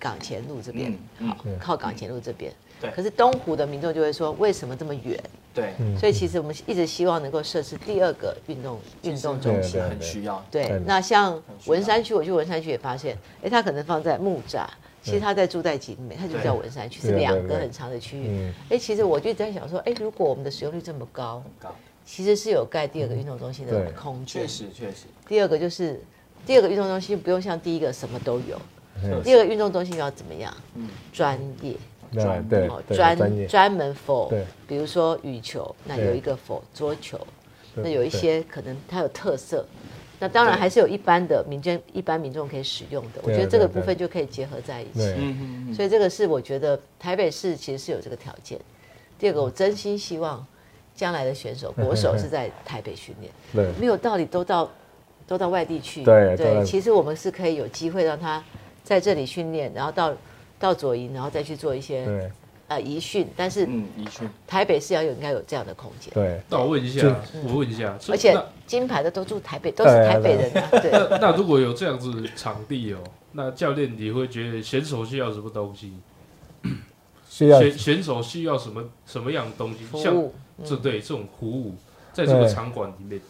Speaker 3: 港前路这边，
Speaker 2: 嗯嗯
Speaker 3: 好靠港前路这边。
Speaker 2: 对
Speaker 3: 可是东湖的民众就会说，为什么这么远？
Speaker 2: 对，
Speaker 4: 嗯
Speaker 3: 所以其实我们一直希望能够设置第二个运动运动中心
Speaker 4: 对。啊
Speaker 2: 很需要，
Speaker 3: 对
Speaker 4: 对，嗯
Speaker 3: 那像
Speaker 2: 需要
Speaker 3: 文山区，我去文山区也发现，哎，他可能放在木栅，其实他在住在景美，他就叫文山区，
Speaker 4: 对
Speaker 3: 是两
Speaker 4: 对
Speaker 3: 个
Speaker 4: 对
Speaker 3: 很长的区域
Speaker 4: 嗯。
Speaker 3: 哎，其实我就在想说，哎，如果我们的使用率这么高，
Speaker 2: 高
Speaker 3: 其实是有盖第二个运动中心的
Speaker 4: 对
Speaker 3: 空
Speaker 2: 确
Speaker 3: 间。
Speaker 2: 实确实，
Speaker 3: 第二个就是，第二个运动中心不用像第一个什么都有，
Speaker 4: 对
Speaker 3: 第二个运动中心要怎么样？
Speaker 2: 嗯
Speaker 3: 专业，
Speaker 4: 对对
Speaker 3: 哦，
Speaker 4: 专
Speaker 3: 专
Speaker 4: 业，
Speaker 3: 专门 for，
Speaker 4: 对
Speaker 3: 比如说羽球，那
Speaker 4: 对
Speaker 3: 有一个 for 桌球，
Speaker 4: 对
Speaker 3: 那有一些可能它有特色。那当然
Speaker 2: 对
Speaker 3: 还是有一般的民间一般民众可以使用的，我
Speaker 4: 对
Speaker 3: 觉得这个
Speaker 4: 对对
Speaker 3: 部分就可以结合在一起。
Speaker 4: 对
Speaker 2: 嗯嗯
Speaker 3: 所以这个是我觉得台北市其实是有这个条件。第二个，我真心希望将来的选手
Speaker 4: 嗯
Speaker 3: 国手是在台北训练，
Speaker 4: 对
Speaker 3: 没有道理都到都到外地去。
Speaker 4: 对对
Speaker 3: 其实我们是可以有机会让他在这里训练，然后到到左营，然后再去做一些
Speaker 4: 对
Speaker 3: 呃遗训，但是
Speaker 2: 嗯，宜去
Speaker 3: 台北市要有应该有这样的空间，
Speaker 4: 对，
Speaker 1: 那我问一
Speaker 4: 就
Speaker 1: 下，我问一下，这
Speaker 3: 而且
Speaker 1: 那
Speaker 3: 金牌的都住台北，都是台北人啊，对。
Speaker 1: 那那如果有这样子场地哦， 那教练你会觉得选手需要什么东西？
Speaker 4: 需要
Speaker 1: 选选手需要什么什么样的东西？
Speaker 3: 服
Speaker 1: 像
Speaker 3: 务嗯
Speaker 1: 这对这种服务，在这个
Speaker 4: 对
Speaker 1: 场馆里面，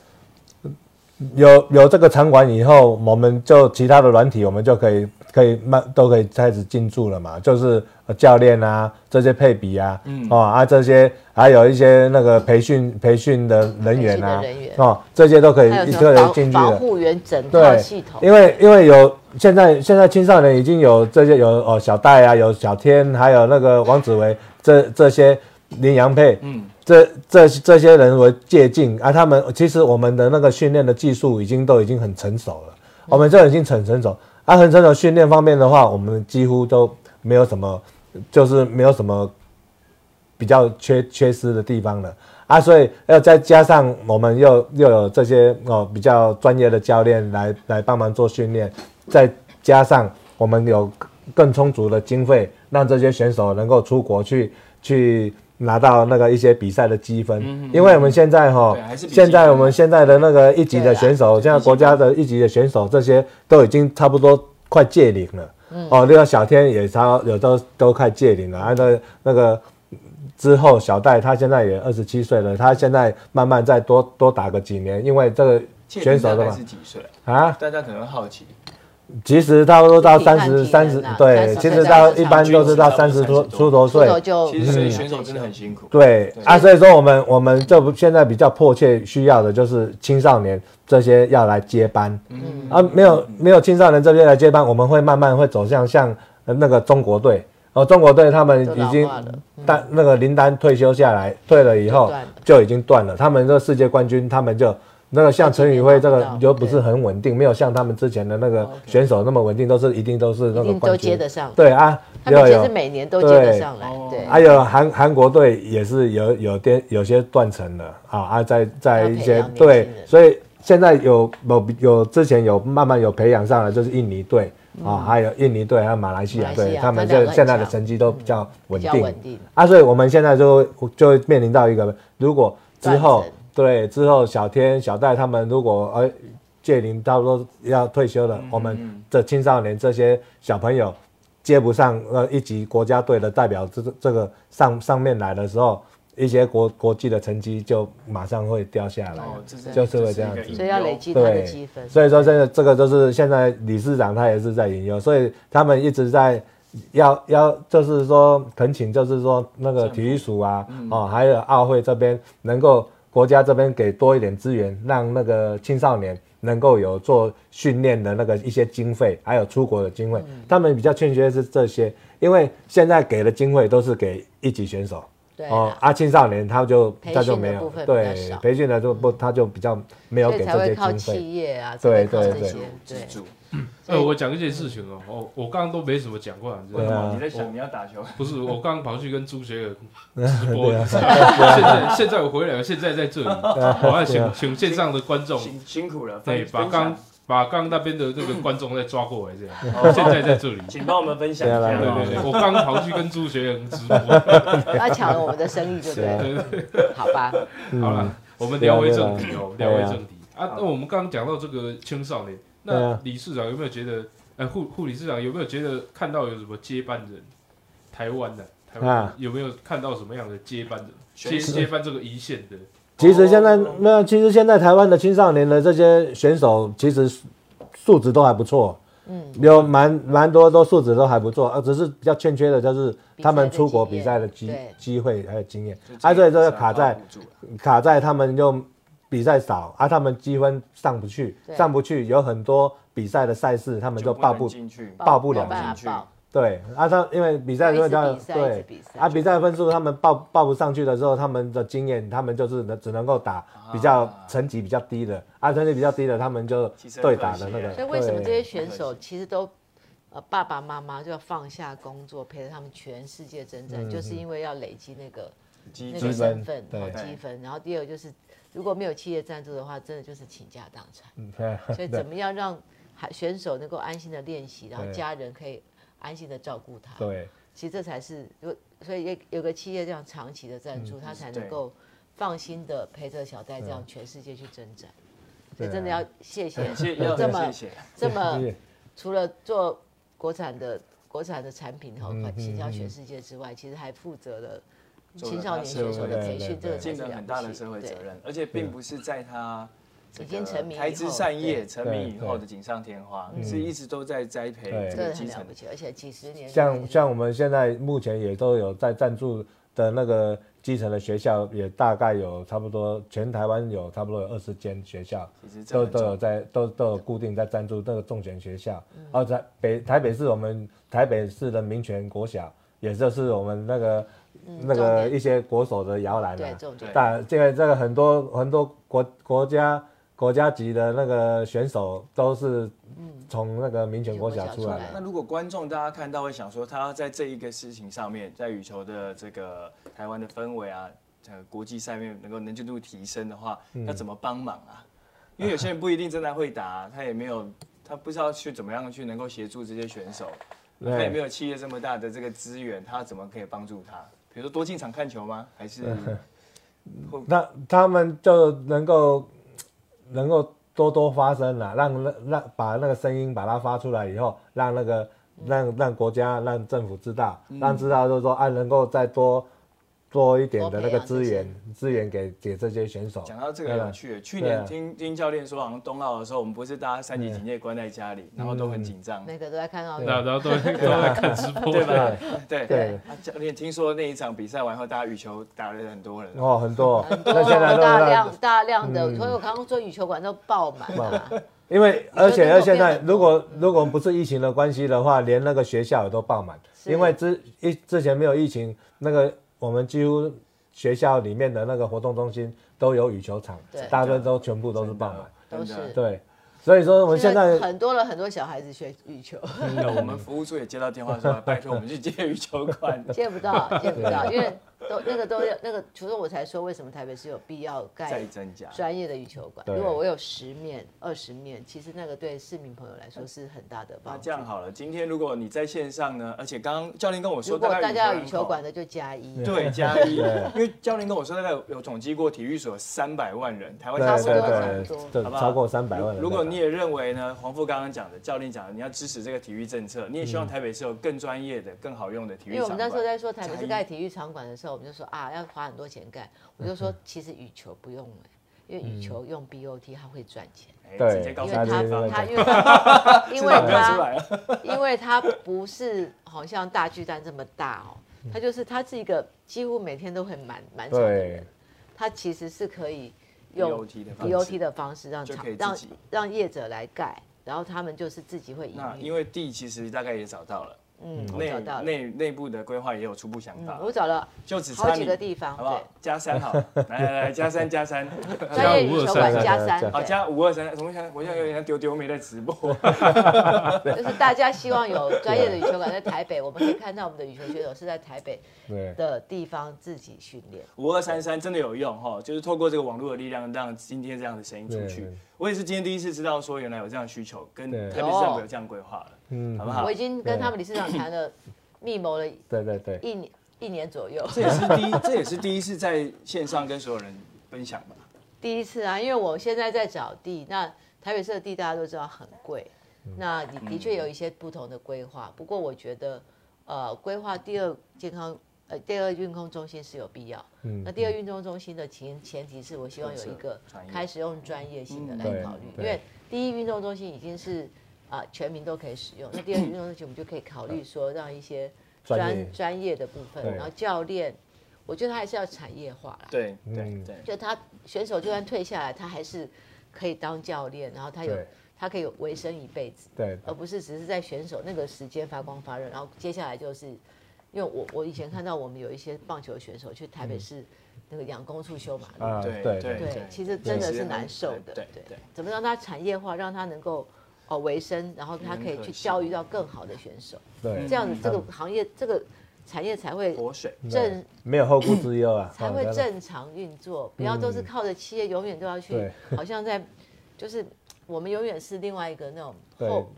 Speaker 4: 有有这个场馆以后，我们就其他的软体我们就可以可以慢都可以开始进驻了嘛，就是呃教练啊这些配比啊，哦啊这些还有一些那个培训培训的人员啊
Speaker 3: 培训的人员，
Speaker 4: 哦这些都可以
Speaker 3: 还有什
Speaker 4: 都
Speaker 3: 么
Speaker 4: 可以
Speaker 3: 防
Speaker 4: 进去
Speaker 3: 防
Speaker 4: 的。
Speaker 3: 护员整套
Speaker 4: 对
Speaker 3: 系统，
Speaker 4: 因为因为有现在现在青少年已经有这些有哦小戴啊，有小天，还有那个王子维这这些林洋配，嗯，这这这些人为借鉴啊，他
Speaker 3: 嗯
Speaker 4: 们其实我们的那个训练的技术已经都已经很成熟了，我们这已经很成熟。啊，恒春的训练方面的话，我们几乎都没有什么，就是没有什么比较缺缺失的地方了啊，所以要再加上我们又又有这些哦比较专业的教练来来帮忙做训练，再加上我们有更充足的经费，让这些选手能够出国去去。拿到那个一些比赛的积分，因为我们现在哈
Speaker 2: 嗯对啊还是，比积分
Speaker 4: 现在我们现在的那个一级的选手，现在国家的一级的选手，这些都已经差不多快届龄了。哦，那个小天也差有都都快届龄了，啊，那那个之后小戴他现在也二十七岁了，他现在慢慢再多多打个几年，因为这个选手的
Speaker 2: 大概
Speaker 4: 嘛
Speaker 2: 是几岁？
Speaker 4: 啊，
Speaker 2: 大家可能好奇，
Speaker 4: 其实差不多到
Speaker 3: 体
Speaker 4: 三
Speaker 3: 看
Speaker 4: 十
Speaker 3: 体能
Speaker 4: 三十
Speaker 3: 啊，
Speaker 4: 对，
Speaker 3: 30
Speaker 4: 其实
Speaker 3: 岁
Speaker 4: 到
Speaker 3: 差不
Speaker 4: 一
Speaker 3: 多
Speaker 4: 般都是到
Speaker 2: 差
Speaker 4: 三
Speaker 2: 不
Speaker 4: 十
Speaker 2: 多
Speaker 4: 多
Speaker 2: 30
Speaker 4: 出头
Speaker 3: 出
Speaker 4: 岁，
Speaker 3: 头就
Speaker 2: 其
Speaker 4: 嗯
Speaker 2: 实选手真的很辛苦。
Speaker 4: 对
Speaker 2: 对
Speaker 4: 啊，所以说我们我们这不现在比较迫切需要的就是青少年这些要来接班，
Speaker 2: 嗯
Speaker 4: 啊，没有没有青少年这边来接班，我们会慢慢会走向像呃那个中国队，哦，中国队他们
Speaker 3: 都
Speaker 4: 已
Speaker 3: 老
Speaker 4: 经
Speaker 3: 化了嗯
Speaker 4: 但那个林丹退休下来，退了以
Speaker 3: 就
Speaker 4: 后
Speaker 3: 断了
Speaker 4: 就已经断了，他们这世界冠军他们就。那个像陈宇辉这
Speaker 3: 好几
Speaker 4: 个
Speaker 3: 年拿不到
Speaker 4: 又不是很稳定，没有像他们之前的那个
Speaker 3: 哦 OK
Speaker 4: 选手那么稳定，都是一定都是那
Speaker 3: 一
Speaker 4: 个
Speaker 3: 定都
Speaker 4: 冠
Speaker 3: 接
Speaker 4: 军。
Speaker 3: 得上，
Speaker 4: 对啊，
Speaker 3: 他们
Speaker 4: 又
Speaker 3: 其
Speaker 4: 有
Speaker 3: 实每年都接得
Speaker 4: 对
Speaker 3: 上来，对，
Speaker 4: 还有韩韩国队也是有有点有些断层的啊啊，在在一
Speaker 3: 要培
Speaker 4: 些
Speaker 3: 养年
Speaker 4: 对
Speaker 3: 轻人，
Speaker 4: 所以现在有有有之前有慢慢有培养上来，就是印尼队啊，还有印尼队还有马来西亚
Speaker 3: 嗯马来西
Speaker 4: 队，
Speaker 3: 亚
Speaker 4: 他们
Speaker 3: 这两
Speaker 4: 现
Speaker 3: 个很
Speaker 4: 现在的
Speaker 3: 强
Speaker 4: 成绩都比较稳
Speaker 3: 比较
Speaker 4: 定
Speaker 3: 稳定。
Speaker 4: 啊，所以我们现在就会就会面临到一个，如果之后
Speaker 3: 断层
Speaker 4: 对之后小天小戴他们如果呃届龄差不多要退休了，我们的青少年这些小朋友接不上呃一级国家队的代表这这个上上面来的时候，一些国国际的成绩就马上会掉下来。
Speaker 2: 哦，这是
Speaker 4: 就是会这样子
Speaker 2: 这是一个
Speaker 3: 所以要
Speaker 2: 隐忧
Speaker 3: 累积他的
Speaker 4: 对
Speaker 3: 积分，。
Speaker 4: 所以说真的这个就是现在理事长他也是在引诱，所以他们一直在要要就是说恳请，就是说那个体育署啊，
Speaker 3: 嗯
Speaker 4: 哦，还有奥会这边能够国家这边给多一点资源，让那个青少年。能够有做训练的那个一些经费，还有出国的经费，
Speaker 3: 嗯
Speaker 4: 他们比较欠缺的是这些，因为现在给的经费都是给一级选手，
Speaker 3: 对啊
Speaker 4: 哦，啊青少年他就
Speaker 3: 培
Speaker 4: 他就
Speaker 3: 训的
Speaker 4: 没
Speaker 3: 部
Speaker 4: 有
Speaker 3: 分比较
Speaker 4: 对
Speaker 3: 少嗯
Speaker 4: 培训的就不他就比较没有
Speaker 3: 所以
Speaker 4: 给
Speaker 3: 才
Speaker 4: 这
Speaker 3: 会
Speaker 4: 些
Speaker 3: 靠
Speaker 4: 经费。
Speaker 3: 企业啊，才
Speaker 4: 对
Speaker 3: 会靠
Speaker 4: 对
Speaker 3: 这
Speaker 4: 对
Speaker 3: 些，对
Speaker 2: 自，主。
Speaker 1: 呃，我讲一件事情哦，哦，我刚刚都没什么讲过啊，
Speaker 2: 为
Speaker 1: 真的
Speaker 2: 什么你在想你要打球？
Speaker 1: 不是，我刚刚跑去跟朱 学友
Speaker 4: 啊
Speaker 1: 直播，你知道吗现在现在我回来了，现在在 这里，
Speaker 4: 啊
Speaker 1: 我要请请线上的观众，
Speaker 2: 辛辛苦了，
Speaker 1: 对，把
Speaker 2: 分分
Speaker 1: 刚
Speaker 2: 享
Speaker 1: 把刚那边的那个观众再抓过来， 这样，
Speaker 2: 哦
Speaker 1: 现在在这里。
Speaker 2: 请帮我们分享一
Speaker 4: 对
Speaker 2: 下。哦
Speaker 1: 对
Speaker 4: 啊
Speaker 1: 对对，我刚跑去跟朱学友直 播，
Speaker 3: 要抢了我们的生意，对不
Speaker 4: 是
Speaker 3: 对？好吧，
Speaker 1: 好
Speaker 4: 嗯
Speaker 1: 了，我们聊回
Speaker 4: 对啊
Speaker 1: 正题哦，
Speaker 4: 对啊
Speaker 1: 聊回正题啊。那我们刚刚讲到这个青少年，
Speaker 4: 对
Speaker 1: 那
Speaker 4: 啊
Speaker 1: 理事长有没有觉得，呃，护护理事长有没有觉得看到有什么接班人？台湾的，台湾
Speaker 4: 啊
Speaker 1: 有没有看到什么样的接班人？接
Speaker 2: 选手
Speaker 1: 接班这个一线的，
Speaker 4: 其实现在没有，其实现在台湾的青少年的这些选手，其实素素质都还不错，嗯，有蛮蛮多都素质都还不错，呃，只是比较欠缺的就是他们出国比赛的机
Speaker 3: 比赛的
Speaker 4: 机会还有经验
Speaker 2: 就，
Speaker 4: 啊，所以这
Speaker 2: 是
Speaker 4: 个卡在
Speaker 2: 靠补助了
Speaker 4: 卡在他们又比赛少，啊，他们积分上不去，
Speaker 3: 对
Speaker 4: 上不去，有很多比赛的赛事他们就
Speaker 2: 就
Speaker 4: 报
Speaker 2: 不
Speaker 4: 不
Speaker 2: 能进去，
Speaker 4: 报不了
Speaker 3: 没办
Speaker 2: 进去
Speaker 3: 法报，
Speaker 4: 对，啊，他因为比赛因为他
Speaker 3: 一直比赛一直
Speaker 4: 对
Speaker 3: 比赛
Speaker 4: 啊，比赛分数他们报报不上去的时候，他们的经验，他们就是能只能够打比较成绩比较低的，啊，成绩比较低的，他们就
Speaker 2: 其实很
Speaker 4: 对
Speaker 2: 可
Speaker 4: 打的
Speaker 2: 惜
Speaker 4: 那
Speaker 2: 耶
Speaker 4: 个。
Speaker 3: 所以为什么这
Speaker 4: 对
Speaker 3: 些选手其实都呃爸爸妈妈就要放下工作，陪着他们全世界征
Speaker 4: 嗯
Speaker 3: 战，就是因为要累积那个
Speaker 2: 积
Speaker 3: 那
Speaker 4: 积
Speaker 3: 个
Speaker 4: 分
Speaker 2: 分
Speaker 3: 身份
Speaker 4: 对
Speaker 3: 和积分。然后第二个就是如果没有企业赞助的话，真的就是倾家荡产。
Speaker 4: 嗯 对
Speaker 3: 所以怎么样让还选手能够安心的练习，然后
Speaker 4: 对
Speaker 3: 家人可以安心的照顾他？
Speaker 4: 对啊
Speaker 3: 其实这才是有，所以有有个企业这样长期的赞
Speaker 4: 嗯
Speaker 3: 助，他才能
Speaker 2: 对
Speaker 3: 够放心的陪着小戴这样全世界去征战。所
Speaker 4: 对
Speaker 3: 以
Speaker 4: 啊
Speaker 3: 真的要谢谢
Speaker 2: 谢要
Speaker 3: 这么
Speaker 2: 谢谢，
Speaker 3: 这么
Speaker 4: 谢谢
Speaker 3: 除了做国产的国产的产品
Speaker 4: 嗯
Speaker 3: 哈，行销全世界之外，其实还负责了青少年选手的培训，
Speaker 4: 做了
Speaker 3: 这个才
Speaker 2: 尽
Speaker 3: 是
Speaker 2: 了很
Speaker 3: 了
Speaker 2: 大
Speaker 3: 不
Speaker 2: 的
Speaker 3: 起
Speaker 2: 社会
Speaker 3: 对
Speaker 2: 责任，而且并不是在他这
Speaker 3: 已
Speaker 2: 个
Speaker 3: 经成名以后
Speaker 2: 开枝散叶、成名以
Speaker 4: 对嗯
Speaker 2: 后的锦上添花，是一直都在栽培
Speaker 4: 对
Speaker 2: 这
Speaker 3: 真
Speaker 2: 个
Speaker 3: 的很
Speaker 2: 基
Speaker 3: 了
Speaker 2: 层
Speaker 3: 不。起，而且几十年
Speaker 4: 像像我们现在目前也都有在赞助的那个基层的学校，也大概有差不多全台湾有差不多有二十间学校
Speaker 2: 其实，
Speaker 4: 都
Speaker 2: 这很
Speaker 4: 都
Speaker 2: 重
Speaker 4: 有在都都有固定在赞助那个重点学校。而在北台北市我们台北市的民权国小，也就是我们那个。那
Speaker 3: 重
Speaker 4: 个
Speaker 3: 点
Speaker 4: 一些国手的摇篮
Speaker 3: 对
Speaker 4: 啊
Speaker 3: 重点，
Speaker 4: 但这个这个很多很多国国家国家级的那个选手都是从那个嗯民权国小出来
Speaker 3: 民权国小出
Speaker 4: 的
Speaker 3: 来。
Speaker 2: 那如果观众大家看到会想说，他在这一个事情上面，在羽球的这个台湾的氛围啊，呃，国际赛面能够能见度提升的话，
Speaker 4: 嗯
Speaker 2: 要怎么帮忙啊？因为有些人不一定真的会打、他也没有，他不知道去怎么样去能够协助这些选手，
Speaker 4: 对
Speaker 2: 他也没有企业这么大的这个资源，他怎么可以帮助他？比如说多进场看球吗？还是
Speaker 4: 那他们就能够能够多多发声啦，让那让把那个声音把它发出来以后，让那个让让国家让政府知道，让知道就是说啊，能够再多多一点的那个资源资源给给这些选手。
Speaker 2: 讲到这个
Speaker 4: 对啊
Speaker 2: 有趣的，去
Speaker 4: 对啊
Speaker 2: 年听听教练说，好像冬奥的时候，我们不是大家三级警戒关在家
Speaker 4: 嗯
Speaker 2: 里，然后都很紧张，
Speaker 3: 每个都在看奥运，
Speaker 1: 那然后都在都在看直播，
Speaker 2: 对吧？对
Speaker 4: 对
Speaker 2: 啊，教练听说那一场比赛完后，大家羽球打了很多人，
Speaker 4: 哦，很多，那嗯
Speaker 3: 多
Speaker 4: 现在都
Speaker 3: 大
Speaker 4: 在
Speaker 3: 量大量的，所以我刚刚说羽球馆都爆满啊，
Speaker 4: 因为
Speaker 3: 你说
Speaker 4: 而且而
Speaker 3: 中国
Speaker 4: 现
Speaker 3: 变
Speaker 4: 在，
Speaker 3: 得嗯
Speaker 4: 如果如果不是疫情的关系的话，连那个学校也都爆满，
Speaker 3: 是
Speaker 4: 因为之一之前没有疫情，那个我们几乎学校里面的那个活动中心都有羽球场
Speaker 3: 对，
Speaker 4: 大家都全部都是啊
Speaker 2: 真
Speaker 4: 爆
Speaker 2: 的
Speaker 4: 满，
Speaker 3: 都是
Speaker 2: 真的
Speaker 4: 对，所以说我们现在
Speaker 3: 很多了很多小孩子学羽球，
Speaker 2: 真的，我们服务处也接到电话说，拜托我们去接羽球 馆。
Speaker 3: 见不到见不到，因为都那个都要那个，所以我才说为什么台北市有必要
Speaker 2: 再
Speaker 3: 盖
Speaker 2: 增加，
Speaker 3: 专业的羽球馆。
Speaker 4: 对
Speaker 3: 如果我有十面、二十面，其实那个对市民朋友来说是很大的
Speaker 2: 那
Speaker 3: 帮助
Speaker 2: 这。样好了，今天如果你在线上呢，而且刚刚教练跟我说，
Speaker 3: 如果大家有
Speaker 2: 人
Speaker 3: 羽
Speaker 2: 口
Speaker 3: 球馆的就加一，
Speaker 2: 对加一，
Speaker 4: 对
Speaker 2: 因为教练跟我说大概有有统计过体育所三百万人，台湾
Speaker 4: 对
Speaker 2: 差
Speaker 3: 差
Speaker 2: 不多
Speaker 3: 不多
Speaker 4: 对
Speaker 3: 差不
Speaker 4: 对
Speaker 3: 多
Speaker 4: 对
Speaker 2: 好不好
Speaker 4: 超过三百万人在打。
Speaker 2: 如果你也认为呢，黄富刚刚讲的，教练讲的，你要支持这个体育政策，你也希
Speaker 4: 嗯
Speaker 2: 望台北市有更专业的、更好用的体
Speaker 3: 因
Speaker 2: 育
Speaker 3: 为我
Speaker 2: 场馆。
Speaker 3: 们那时候在说台北
Speaker 2: 加
Speaker 3: 市
Speaker 2: 一
Speaker 3: 盖体育场馆的时候，我们就说啊要花很多钱盖，我就
Speaker 2: 嗯
Speaker 3: 说其实羽球不用哎、因为羽球用 BOT 它会赚钱，
Speaker 2: 哎
Speaker 4: 对
Speaker 2: 直接告
Speaker 3: 因
Speaker 2: 诉
Speaker 3: 为
Speaker 4: 它
Speaker 2: 他
Speaker 4: 对对
Speaker 3: 它
Speaker 4: 对
Speaker 3: 它因 为它因为
Speaker 2: 不要出
Speaker 3: 它
Speaker 2: 来啊了。
Speaker 3: 因为它不是好像大巨蛋这么大哦，
Speaker 2: 嗯
Speaker 3: 它就是它是一个几乎每天都很满满场的
Speaker 4: 对
Speaker 3: 人，它其实是可以用
Speaker 2: BOT 的方式
Speaker 3: BOT 的方式让
Speaker 2: 就
Speaker 3: 厂
Speaker 2: 可以自
Speaker 3: 让
Speaker 2: 己
Speaker 3: 让业者来盖，然后他们就是自己会营
Speaker 2: 那
Speaker 3: 运。
Speaker 2: 因为地其实大概也找到了，
Speaker 3: 嗯，我
Speaker 2: 内
Speaker 3: 找到了，
Speaker 2: 内内部的规划也有初步想法
Speaker 3: 嗯，我，找了
Speaker 2: 就只差
Speaker 3: 好
Speaker 2: 你
Speaker 3: 几个地方，
Speaker 2: 好不好？加三好，来来来，加三加三，
Speaker 3: 对， 专
Speaker 1: 加
Speaker 3: 业羽
Speaker 1: 523
Speaker 3: 球馆
Speaker 4: 加
Speaker 3: 加
Speaker 4: 加
Speaker 3: 三，
Speaker 2: 好
Speaker 3: 对
Speaker 2: 加五二三，我想我现在有点像丢丢妹在直播，
Speaker 3: 就是大家希望有专业的羽球馆在台北，我们可以看到我们的羽球选手是在台北
Speaker 4: 对
Speaker 3: 的地方自己训练。
Speaker 2: 五二三三真的有用哈，就是透过这个网络的力量，让今天这样的声音出去
Speaker 4: 对。
Speaker 2: 我也是今天第一次知道说原来有这样的需求，跟
Speaker 4: 对
Speaker 2: 台北市政府有这样规划了，
Speaker 4: 嗯
Speaker 2: 好不好
Speaker 3: 我已？经跟他们理事长谈了，密谋了
Speaker 4: 对对对，
Speaker 3: 一年一年左右。
Speaker 2: 这也是第一，这也是第一次在线上跟所有人分享吧。
Speaker 3: 第一次啊，因为我现在在找地，那台北市的地大家都知道很贵，那你的确有一些不同的规划，不过我觉得，呃，规划第二健康呃第二运动中心是有必要。
Speaker 4: 嗯
Speaker 3: 那第二运动中心的前前提是我希望有一个
Speaker 2: 特色专业
Speaker 3: 开始用专业性的
Speaker 2: 嗯
Speaker 3: 来考虑，因
Speaker 4: 对
Speaker 3: 为第一运动中心已经是啊、全民都可以使用， 那第二运动中心我们就可以考虑说让一些
Speaker 4: 专
Speaker 3: 专
Speaker 4: 业
Speaker 3: 专业的部分，
Speaker 4: 对
Speaker 3: 然后教练，我觉得它还是要产业化啦。
Speaker 2: 对对
Speaker 4: 嗯
Speaker 2: 对，
Speaker 3: 就他选手就算退下来，他还是可以当教练，然后他有
Speaker 4: 对
Speaker 3: 他可以维生一辈子，
Speaker 4: 对
Speaker 3: 而不是只是在选手那个时间发光发热，然后接下来就是，因为我我以前看到我们有一些棒球选手去台北市那个养工处修马路，
Speaker 4: 嗯啊
Speaker 2: 对
Speaker 4: 对
Speaker 2: 对
Speaker 3: 对，其实真的是难受的，
Speaker 2: 对对
Speaker 3: 对
Speaker 2: 对，
Speaker 3: 怎么让他产业化，让他能够哦维生，然后他可以去教育到更好的选手，
Speaker 4: 对
Speaker 3: 这，样子这个
Speaker 4: 嗯
Speaker 3: 行业这个产业才会
Speaker 2: 活水。
Speaker 3: 正
Speaker 4: 没有后顾之忧啊，
Speaker 3: 嗯才
Speaker 4: 哦
Speaker 3: 会
Speaker 4: 真的嗯
Speaker 3: 正常运作，不要都是靠着企业永远都要去
Speaker 4: 对，
Speaker 3: 好像在，就是我们永远是另外一个那种
Speaker 4: 对
Speaker 3: 后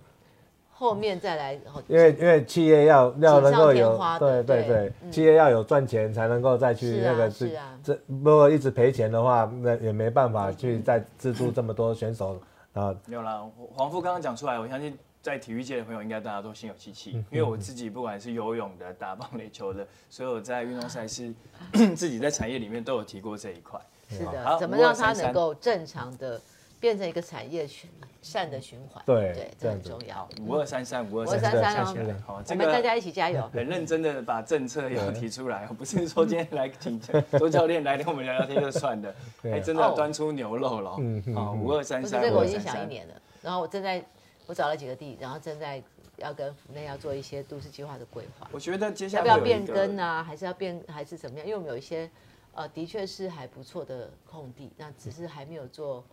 Speaker 3: 后面再来，然后
Speaker 4: 因为因为企业要要能够
Speaker 3: 锦上添
Speaker 4: 有
Speaker 3: 花
Speaker 4: 对
Speaker 3: 的
Speaker 4: 对
Speaker 3: 对
Speaker 4: 对，
Speaker 3: 嗯
Speaker 4: 企业要有赚钱才能够再去
Speaker 3: 是
Speaker 4: 那
Speaker 3: 啊
Speaker 4: 个
Speaker 3: 是
Speaker 4: 自
Speaker 3: 啊
Speaker 4: 这如果一直赔钱的话，那也没办法去再资助这么多选手啊。
Speaker 2: 没有啦，黄富刚刚讲出来，我相信在体育界的朋友应该大家都心有戚戚，
Speaker 3: 嗯
Speaker 2: 因为我自己不管是游泳的、打棒垒球的，所有在运动赛 事自己在产业里面都有提过这一块。
Speaker 3: 是
Speaker 2: 好
Speaker 3: 的，怎么让它
Speaker 2: 5233
Speaker 3: 能够正常的变成一个产业循善的循环？
Speaker 4: 对
Speaker 3: 对，
Speaker 4: 这
Speaker 3: 这
Speaker 4: 样
Speaker 3: 很
Speaker 4: 子
Speaker 3: 重要
Speaker 2: 好。，五二三三，五二三
Speaker 4: 5233
Speaker 2: 站起
Speaker 4: 是
Speaker 2: 来
Speaker 4: 的，
Speaker 2: 好，
Speaker 3: 哦我
Speaker 2: 这
Speaker 3: 们
Speaker 2: 个
Speaker 3: 大家一嗯起加油。
Speaker 2: 很认真的把政策要提出来，不是说今天来请周教练来跟我们聊聊天就算 的，
Speaker 4: 啊
Speaker 2: 还真
Speaker 3: 哦
Speaker 2: 的端出牛肉了。
Speaker 3: 嗯
Speaker 2: 好，五二三
Speaker 3: 不是
Speaker 2: 三，
Speaker 3: 这个我已经
Speaker 2: 5233
Speaker 3: 想一。年了，然后我正在我找了几个地，然后正在要跟府内要做一些都市计划的规划。
Speaker 2: 我觉得接下来
Speaker 3: 要不要
Speaker 2: 会有一
Speaker 3: 变
Speaker 2: 个
Speaker 3: 更啊？还是要变还是怎么样？因为我们有一些呃，的确是还不错的空地，那只是还没有做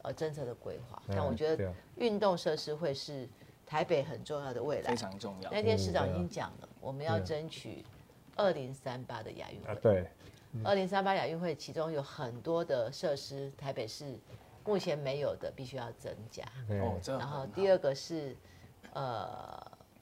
Speaker 3: 呃真正的规划。
Speaker 4: 嗯
Speaker 3: 但我觉
Speaker 4: 对
Speaker 3: 得
Speaker 4: 啊
Speaker 3: 运动设施会是台北很重要的未来
Speaker 2: 非。常重要。
Speaker 3: 那天
Speaker 4: 嗯
Speaker 3: 市长
Speaker 4: 对
Speaker 3: 已
Speaker 4: 啊
Speaker 3: 经讲了，我们要
Speaker 4: 对啊
Speaker 3: 争取二零三八的亚运
Speaker 4: 啊
Speaker 3: 会。
Speaker 4: 对，
Speaker 3: 二零三八亚运会其中有很多的设施，台北市目前没有的，必须要增加。
Speaker 2: 哦
Speaker 4: 嗯，
Speaker 2: 这
Speaker 3: 然后
Speaker 2: 很
Speaker 3: 第二个是，呃，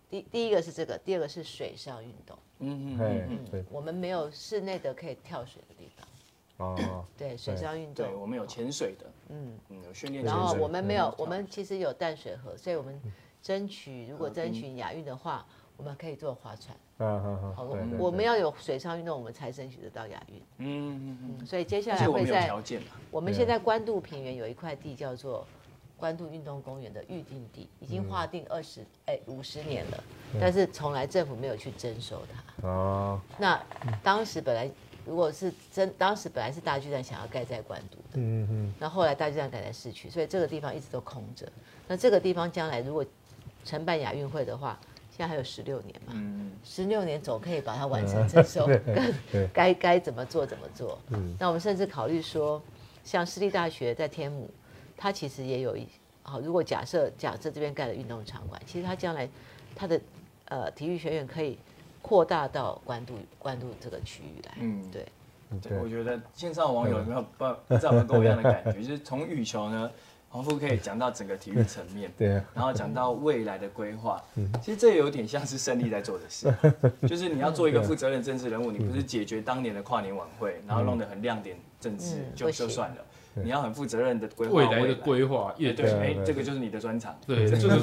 Speaker 3: 第第一个是这个，第二个是水上运动。
Speaker 2: 嗯嗯
Speaker 4: 哎
Speaker 2: 嗯嗯，
Speaker 4: 对，
Speaker 3: 我们没有室内的可以跳水的地方，
Speaker 4: 哦，
Speaker 3: 对，水上运
Speaker 2: 对，我
Speaker 3: 动。
Speaker 2: 们有潜水的，
Speaker 3: 嗯，
Speaker 2: 嗯，有训练
Speaker 3: 然
Speaker 2: 潜
Speaker 3: 后
Speaker 2: 水
Speaker 3: 我们没有，我
Speaker 2: 嗯
Speaker 3: 们其实有淡水河，所以我们争取，如果
Speaker 2: 河滨
Speaker 3: 争取亚运的话，我们可以做划船。
Speaker 4: 嗯嗯
Speaker 3: 好，
Speaker 4: 嗯，
Speaker 3: 我
Speaker 4: 对对对
Speaker 3: 们我们要有水上运动，我们才争取得到亚运。
Speaker 2: 嗯嗯嗯，
Speaker 3: 所以接下
Speaker 2: 而
Speaker 3: 来
Speaker 2: 且我
Speaker 3: 会
Speaker 2: 们有
Speaker 3: 在
Speaker 2: 条件嘛，
Speaker 3: 我们
Speaker 4: 对啊
Speaker 3: 现在关渡平原有一块地叫做关渡运动公园的预定地，已经
Speaker 2: 嗯
Speaker 3: 划定二十哎五十年了，但是从来政府没有去征收它。
Speaker 4: 哦，
Speaker 3: 那
Speaker 2: 嗯
Speaker 3: 当时本来如果是真，当时本来是大巨蛋想要盖在关渡的，
Speaker 4: 嗯嗯
Speaker 3: 那后来大巨蛋改在市区，所以这个地方一直都空着。那这个地方将来如果承办亚运会的话，现在还有十六年嘛，
Speaker 2: 嗯，
Speaker 3: 十六年总可以把它完成征收，跟
Speaker 4: 嗯对
Speaker 3: 该该怎么做怎么做。
Speaker 4: 嗯
Speaker 3: 那我们甚至考虑说，像私立大学在天母，它其实也有一好，如果假设假设这边盖了运动场馆，其实它将来它的呃体育学院可以扩大到关渡关渡这个区域来。
Speaker 2: 嗯
Speaker 3: 对，
Speaker 4: 嗯，
Speaker 2: 对，我
Speaker 4: 对，
Speaker 2: 觉得线上网友有没有办不知道有没有跟我一样的感觉，就是从羽球呢，黄富可以讲到整个体育层面，
Speaker 4: 对啊，
Speaker 2: 然后讲到未来的规划，其实这有点像是胜利在做的事，啊就是你要做一个负责任的政治人物，你不是解决当年的跨年晚会，然后弄得很亮点政治
Speaker 3: 嗯
Speaker 2: 就
Speaker 3: 不
Speaker 2: 就
Speaker 3: 行
Speaker 2: 算了，你要很负责任的规划
Speaker 1: 未来的规划
Speaker 2: 对
Speaker 1: 业
Speaker 2: 对，
Speaker 1: 对
Speaker 4: 啊
Speaker 2: 哎
Speaker 4: 对，啊
Speaker 2: 这个就是你的专长。
Speaker 1: 对，这个是我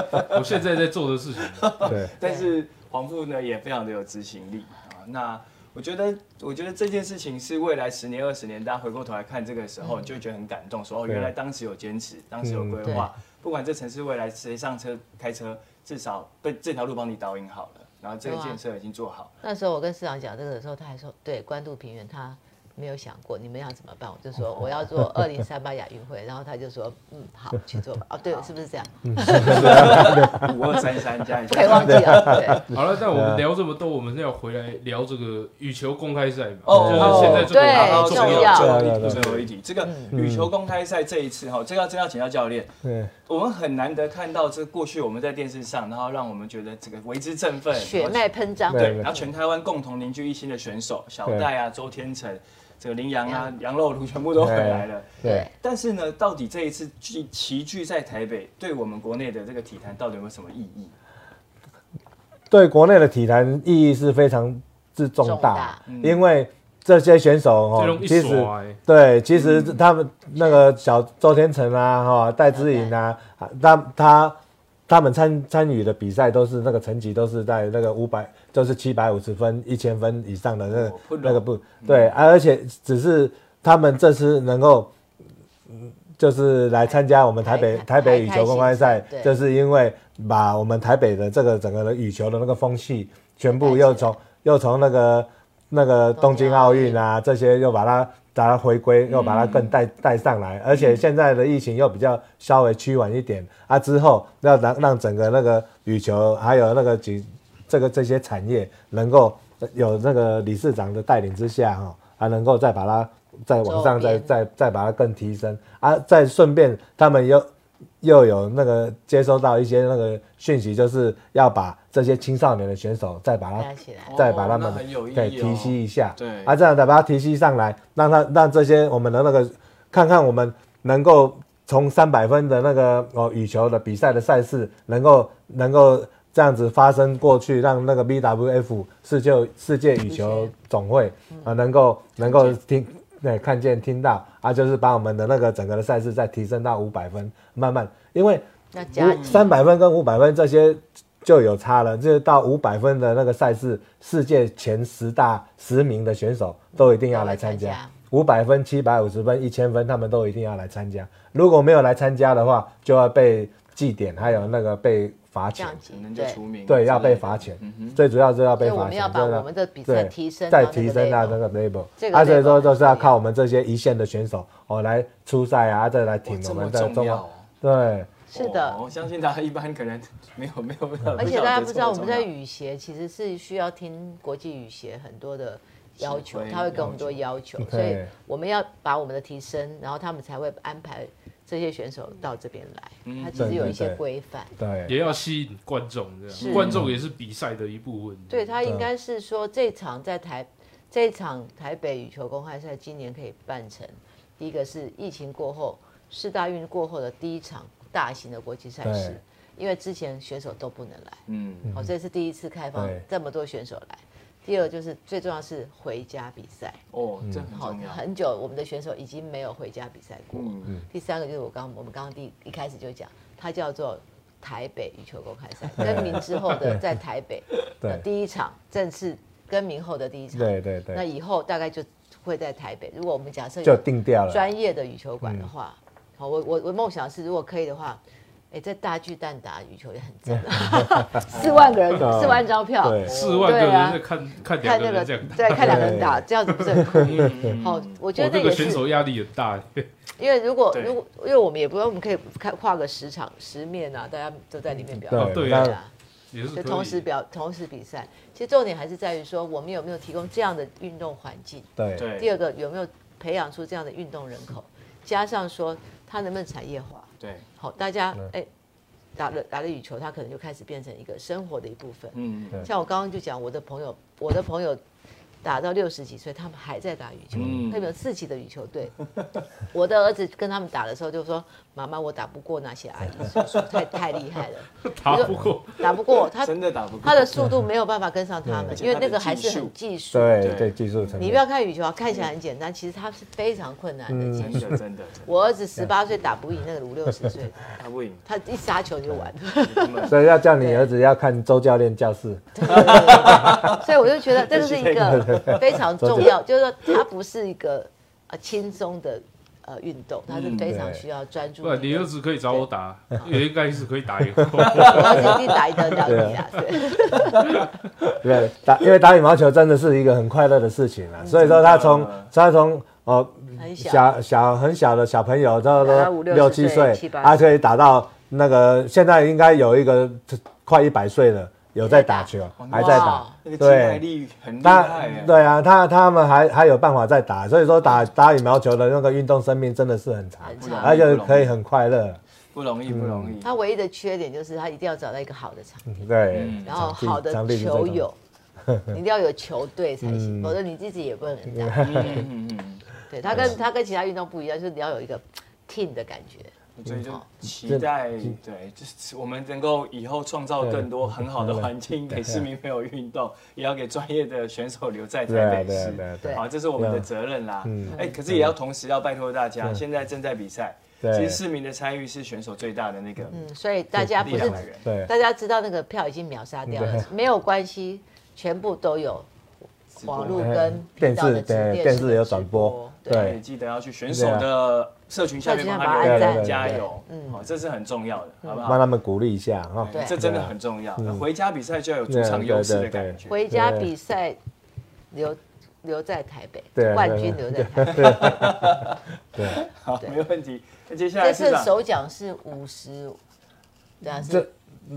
Speaker 1: 专 我现在在做的事情。
Speaker 4: 对，
Speaker 2: 但是黄富呢也非常的有执行力啊。那我觉得，我觉得这件事情是未来十年、二十年，大家回过头来看这个时候，就会觉得很感动，说哦，
Speaker 4: 对
Speaker 2: 原来当时有坚持，当时有规划，不管这城市未来谁上车开车，至少被这条路帮你导引好了，然后这个
Speaker 3: 对啊
Speaker 2: 建设已经做好。
Speaker 3: 那时候我跟市长讲这个的时候，他还说，对，关渡平原他没有想过你们要怎么办，我 就说我要做二零三八亚运会，然后他就说，嗯，好，去做吧。哦，对，是 不是这样？
Speaker 2: 五二三三加一
Speaker 3: 不可以忘
Speaker 2: 下。
Speaker 3: 记啊了。
Speaker 1: 好了，那我们聊这么多，我们要回来聊这个羽球公开赛嘛？
Speaker 2: 哦
Speaker 1: 就是现在这个
Speaker 3: 对
Speaker 1: 好
Speaker 2: 好，
Speaker 1: 重
Speaker 2: 最
Speaker 3: 重
Speaker 2: 后一
Speaker 3: 要
Speaker 4: 对对
Speaker 2: 题，最后一题，
Speaker 4: 对
Speaker 2: 最后一题。这个羽球公开赛这一次哈，这个要真要请教教练，
Speaker 4: 对，
Speaker 2: 我们很难得看到这过去我们在电视上，然后让我们觉得这个为之振奋，
Speaker 3: 对，血脉喷张。
Speaker 4: 对
Speaker 2: 对，然后全台湾共同凝聚一心的选手，小
Speaker 4: 对
Speaker 2: 戴啊、周天成、这个林洋啊、杨肉炉全部都回来了。
Speaker 4: 对，
Speaker 2: 但是呢，到底这一次聚齐聚在台北，对我们国内的这个体坛到底有没有什么意义？
Speaker 4: 对国内的体坛意义是非常之重
Speaker 3: 重
Speaker 4: 大
Speaker 3: 大，
Speaker 2: 嗯
Speaker 4: 因为这些选手
Speaker 1: 这
Speaker 4: 哦
Speaker 1: 种，一
Speaker 4: 其实
Speaker 1: 耍哎，
Speaker 4: 对，其实他们那个小周天成啊，哈，戴之颖啊，啊他他他们参参与的比赛都是那个成绩都是在那个五百，就是七百五十分、一千分以上的那个、
Speaker 2: 哦不容
Speaker 4: 那个不对、啊，而且只是他们这次能够。嗯，就是来参加我们台北
Speaker 3: 台
Speaker 4: 台北羽
Speaker 3: 台
Speaker 4: 球公开赛
Speaker 3: 台台，对
Speaker 4: 就是因为把我们台北的这个整个的羽球的那个风气，全部又从又从那个那个东京奥运啊这些又把它把它回归，又把它更带带上来，而且现在的疫情又比较稍微趋缓一点啊，之后要让让整个那个羽球还有那个几这个这些产业能够有那个理事长的带领之下哈、还能够再把它再往上再
Speaker 3: 周边
Speaker 4: 再再把它更提升啊，再顺便他们又又有那个接收到一些那个讯息，就是要把这些青少年的选手再把
Speaker 3: 拉
Speaker 4: 他
Speaker 3: 起来。
Speaker 4: 再把他们
Speaker 2: 哦那很有意义
Speaker 4: 对
Speaker 2: 哦
Speaker 4: 提息一下，
Speaker 2: 对
Speaker 4: 啊，这样再把它提息上来，让他让这些我们的那个看看我们能够从三百分的那个哦羽球的比赛的赛事，能够能够这样子发生过去，让那个 BWF 世界世界羽球总会啊能够能够听。对，看见听到啊，就是把我们的那个整个的赛事再提升到五百分，慢慢，因为
Speaker 3: 那加
Speaker 4: 五三百分跟五百分这些就有差了，就是到五百分的那个赛事，世界前十大十名的选手都一定要来参
Speaker 3: 都
Speaker 4: 加
Speaker 3: 来参。
Speaker 4: 五百分、七百五十分、一千分，他们都一定要来参加。如果没有来参加的话，就要被记点，还有那个被罚
Speaker 3: 这
Speaker 4: 钱。
Speaker 3: 样子
Speaker 2: 可能，嗯就
Speaker 3: 对，
Speaker 2: 除名之类的，
Speaker 4: 对，要被罚钱。最主要是要
Speaker 3: 所
Speaker 4: 被
Speaker 3: 以
Speaker 4: 罚钱。
Speaker 3: 我们要把
Speaker 4: 真
Speaker 3: 我们的比赛
Speaker 4: 对，
Speaker 3: 提升啊到
Speaker 4: 再
Speaker 3: 那个
Speaker 4: 提升啊到
Speaker 3: level
Speaker 4: 那个 level，
Speaker 3: 这个
Speaker 4: 啊，所以
Speaker 3: level
Speaker 4: 说
Speaker 3: 很
Speaker 4: 就
Speaker 3: 重
Speaker 4: 是要
Speaker 3: 要
Speaker 4: 靠我们这些一线的选手哦来出赛啊，再来
Speaker 2: 哇
Speaker 4: 挺
Speaker 2: 这
Speaker 4: 我
Speaker 2: 么
Speaker 4: 们的
Speaker 2: 重
Speaker 4: 中
Speaker 2: 要
Speaker 4: 华
Speaker 2: 哦。
Speaker 4: 对，
Speaker 3: 是的
Speaker 2: 哦我相信大家一般可能没有没有，没有
Speaker 3: 而且
Speaker 2: 晓
Speaker 3: 大家
Speaker 2: 得
Speaker 3: 不知
Speaker 2: 这么
Speaker 3: 道，我们在
Speaker 2: 重要
Speaker 3: 语协其实是需要听国际语协很多的要求
Speaker 2: 指，挥
Speaker 3: 他会给我们多要求，所以
Speaker 4: 对
Speaker 3: 我们要把我们的提升，然后他们才会安排这些选手到这边来，
Speaker 2: 嗯
Speaker 3: 它其实有一些
Speaker 4: 对对对
Speaker 3: 规范。
Speaker 4: 对
Speaker 1: 也要吸引观众，这
Speaker 3: 是
Speaker 1: 样观众也是比赛的一部分。
Speaker 3: 对他应该是说这场在台这场台北羽球公开赛今年可以办成，第一个是疫情过后四大运过后的第一场大型的国际赛事
Speaker 4: 对，
Speaker 3: 因为之前选手都不能来，
Speaker 2: 嗯，
Speaker 3: 好、这是第一次开放
Speaker 4: 对
Speaker 3: 这么多选手来。第二就是最重要是回家比赛，
Speaker 2: 哦，这很
Speaker 3: 好，
Speaker 2: 重要。
Speaker 3: 很久我们的选手已经没有回家比赛过。
Speaker 2: 嗯，
Speaker 3: 第三个就是我刚我们刚刚第一开始就讲，它叫做台北羽球公开赛，更名之后的在台北的
Speaker 4: 对
Speaker 3: 第一场正式更名后的第一场，
Speaker 4: 对对
Speaker 3: 那
Speaker 4: 对，
Speaker 3: 以后大概就会在台北。如果我们假设
Speaker 4: 就
Speaker 3: 有
Speaker 4: 定掉了。嗯
Speaker 3: 专业的羽球馆的话，好，我我我梦想是如果可以的话。哎，在大巨蛋打羽球也很赞 啊，四万个人，
Speaker 4: 对
Speaker 3: 四万张票，
Speaker 4: 嗯对
Speaker 1: 四万个
Speaker 3: 对啊
Speaker 1: 人在看看两
Speaker 3: 看
Speaker 1: 个
Speaker 3: 那个
Speaker 1: 人这样打，
Speaker 3: 对，看两个人打，这样子不是很酷？
Speaker 2: 嗯
Speaker 3: 好，我觉
Speaker 1: 哇，
Speaker 3: 得
Speaker 1: 哦那
Speaker 3: 也
Speaker 1: 个
Speaker 3: 是
Speaker 1: 选手压力很大。
Speaker 3: 因为如果
Speaker 2: 对
Speaker 3: 如果因为我们也不用，我们可以开跨个十场十面啊，大家都在里面表演，
Speaker 1: 哦对
Speaker 4: 那
Speaker 1: 啊
Speaker 3: 啊，
Speaker 1: 也是可
Speaker 3: 就
Speaker 1: 以
Speaker 3: 同时表同时比赛。其实重点还是在于说，我们有没有提供这样的运动环境？
Speaker 4: 对
Speaker 2: 对，
Speaker 3: 第二个有没有培养出这样的运动人口？加上说它能不能产业化？
Speaker 2: 对，
Speaker 3: 好，大家
Speaker 4: 嗯
Speaker 3: 哎打了打了羽球，它可能就开始变成一个生活的一部分。
Speaker 2: 嗯，
Speaker 4: 对
Speaker 3: 像我刚刚就讲，我的朋友，我的朋友打到六十几岁，他们还在打羽球，
Speaker 2: 嗯
Speaker 3: 他们有自己的羽球队。我的儿子跟他们打的时候就说：“妈妈，我打不过那些阿姨 叔叔，太太厉害了，
Speaker 1: 打不过，
Speaker 3: 打不过他，
Speaker 2: 真的打不过
Speaker 3: 他的速度没有办法跟上他们，
Speaker 2: 对
Speaker 3: 因为那个还是很技术。
Speaker 4: 对
Speaker 2: 对
Speaker 4: 对，技术层
Speaker 3: 你
Speaker 4: 面
Speaker 3: 不要看羽球啊，看起来很简单，其实它是非常困难的技
Speaker 2: 真
Speaker 3: 术。
Speaker 2: 的真的，
Speaker 3: 我儿子十八岁打不赢那个五六十岁的，
Speaker 2: 他不赢，
Speaker 3: 他一杀球就完了。”
Speaker 2: 根本
Speaker 4: 所以要叫你儿子要看周教练教室，
Speaker 3: 所以我就觉得这就是一个非常重要，就是说它不是一个呃轻松的呃运动，它是非常需要专注
Speaker 1: 不然
Speaker 3: 力
Speaker 1: 你
Speaker 3: 的。
Speaker 1: 儿子可以找我打，也应该是可以打赢。
Speaker 3: 我要是一定打得了你啊！对，
Speaker 4: 对打，因为打羽毛球真的是一个很快乐的事情啊。所以说他从
Speaker 2: 真
Speaker 4: 他
Speaker 2: 的
Speaker 4: 从哦
Speaker 3: 很嗯小。
Speaker 4: 小小很小的小朋友，差不
Speaker 3: 打到
Speaker 4: 多
Speaker 3: 五
Speaker 4: 六
Speaker 3: 六
Speaker 4: 七
Speaker 3: 十岁
Speaker 4: 岁
Speaker 3: 七，八岁
Speaker 4: 他可以打到那个现在应该有一个快一百岁了，有在打球，还在打
Speaker 3: 哇。
Speaker 2: 那个肌耐力很厉害耶，
Speaker 4: 对啊，他他们还还有办法再打，所以说打打羽毛球的那个运动生命真的是很长
Speaker 3: 很，
Speaker 2: 长
Speaker 4: 而且可以很快乐。
Speaker 2: 不容易不容易。
Speaker 4: 嗯
Speaker 3: 他唯一的缺点就是他一定要找到一个好的场地，
Speaker 4: 对
Speaker 2: 嗯，
Speaker 3: 然后
Speaker 4: 场地
Speaker 3: 好的
Speaker 4: 场地是最
Speaker 3: 球
Speaker 4: 重要
Speaker 3: 友，你一定要有球队才行，
Speaker 4: 嗯
Speaker 3: 否则你自己也不能打。
Speaker 2: 嗯嗯
Speaker 3: 对他跟他跟其他运动不一样，就是你要有一个 team 的感觉。
Speaker 2: 嗯，所以就期待，对，就是我们能够以后创造更多很好的环境给市民朋友运动，也要给专业的选手留在
Speaker 4: 对啊
Speaker 2: 台北
Speaker 4: 对啊
Speaker 2: 市。
Speaker 4: 对啊对
Speaker 3: 对
Speaker 4: 啊
Speaker 2: 好，这是我们的责任啦
Speaker 4: 嗯。
Speaker 2: 哎，可是也要同时要拜托大家，现在正在比赛，
Speaker 4: 对
Speaker 2: 其实市民的参与是选手最大的那个
Speaker 3: 嗯，所以大家
Speaker 2: 力
Speaker 3: 不
Speaker 2: 量
Speaker 3: 是
Speaker 2: 来源。
Speaker 4: 对
Speaker 3: 大家知道那个票已经秒杀掉了，没有关系，全部都有网络跟
Speaker 4: 哎电
Speaker 3: 频道
Speaker 4: 视
Speaker 3: 的直
Speaker 4: 对
Speaker 3: 电
Speaker 4: 电
Speaker 3: 视
Speaker 4: 视
Speaker 3: 的
Speaker 4: 有
Speaker 3: 直
Speaker 4: 转播，
Speaker 3: 对，
Speaker 2: 也记得要去选手
Speaker 4: 啊
Speaker 2: 的社群下面帮
Speaker 3: 社
Speaker 2: 他
Speaker 3: 群
Speaker 2: 留
Speaker 3: 上帮他
Speaker 2: 言
Speaker 3: 按赞
Speaker 2: 加油，
Speaker 3: 对
Speaker 2: 嗯，好，这是很重要的，好不
Speaker 4: 帮
Speaker 2: 好？
Speaker 4: 他们鼓励一下哈。
Speaker 3: 对
Speaker 2: 这真的很重要。
Speaker 4: 嗯
Speaker 2: 回家比赛就要有主场优势的感觉。
Speaker 3: 回家比赛留留在台北，
Speaker 4: 对
Speaker 3: 冠军留在台北。
Speaker 2: 好，没问题。那接下
Speaker 3: 这
Speaker 2: 来市
Speaker 3: 次
Speaker 2: 长，
Speaker 3: 首奖是五十，对啊，
Speaker 4: 这
Speaker 3: 是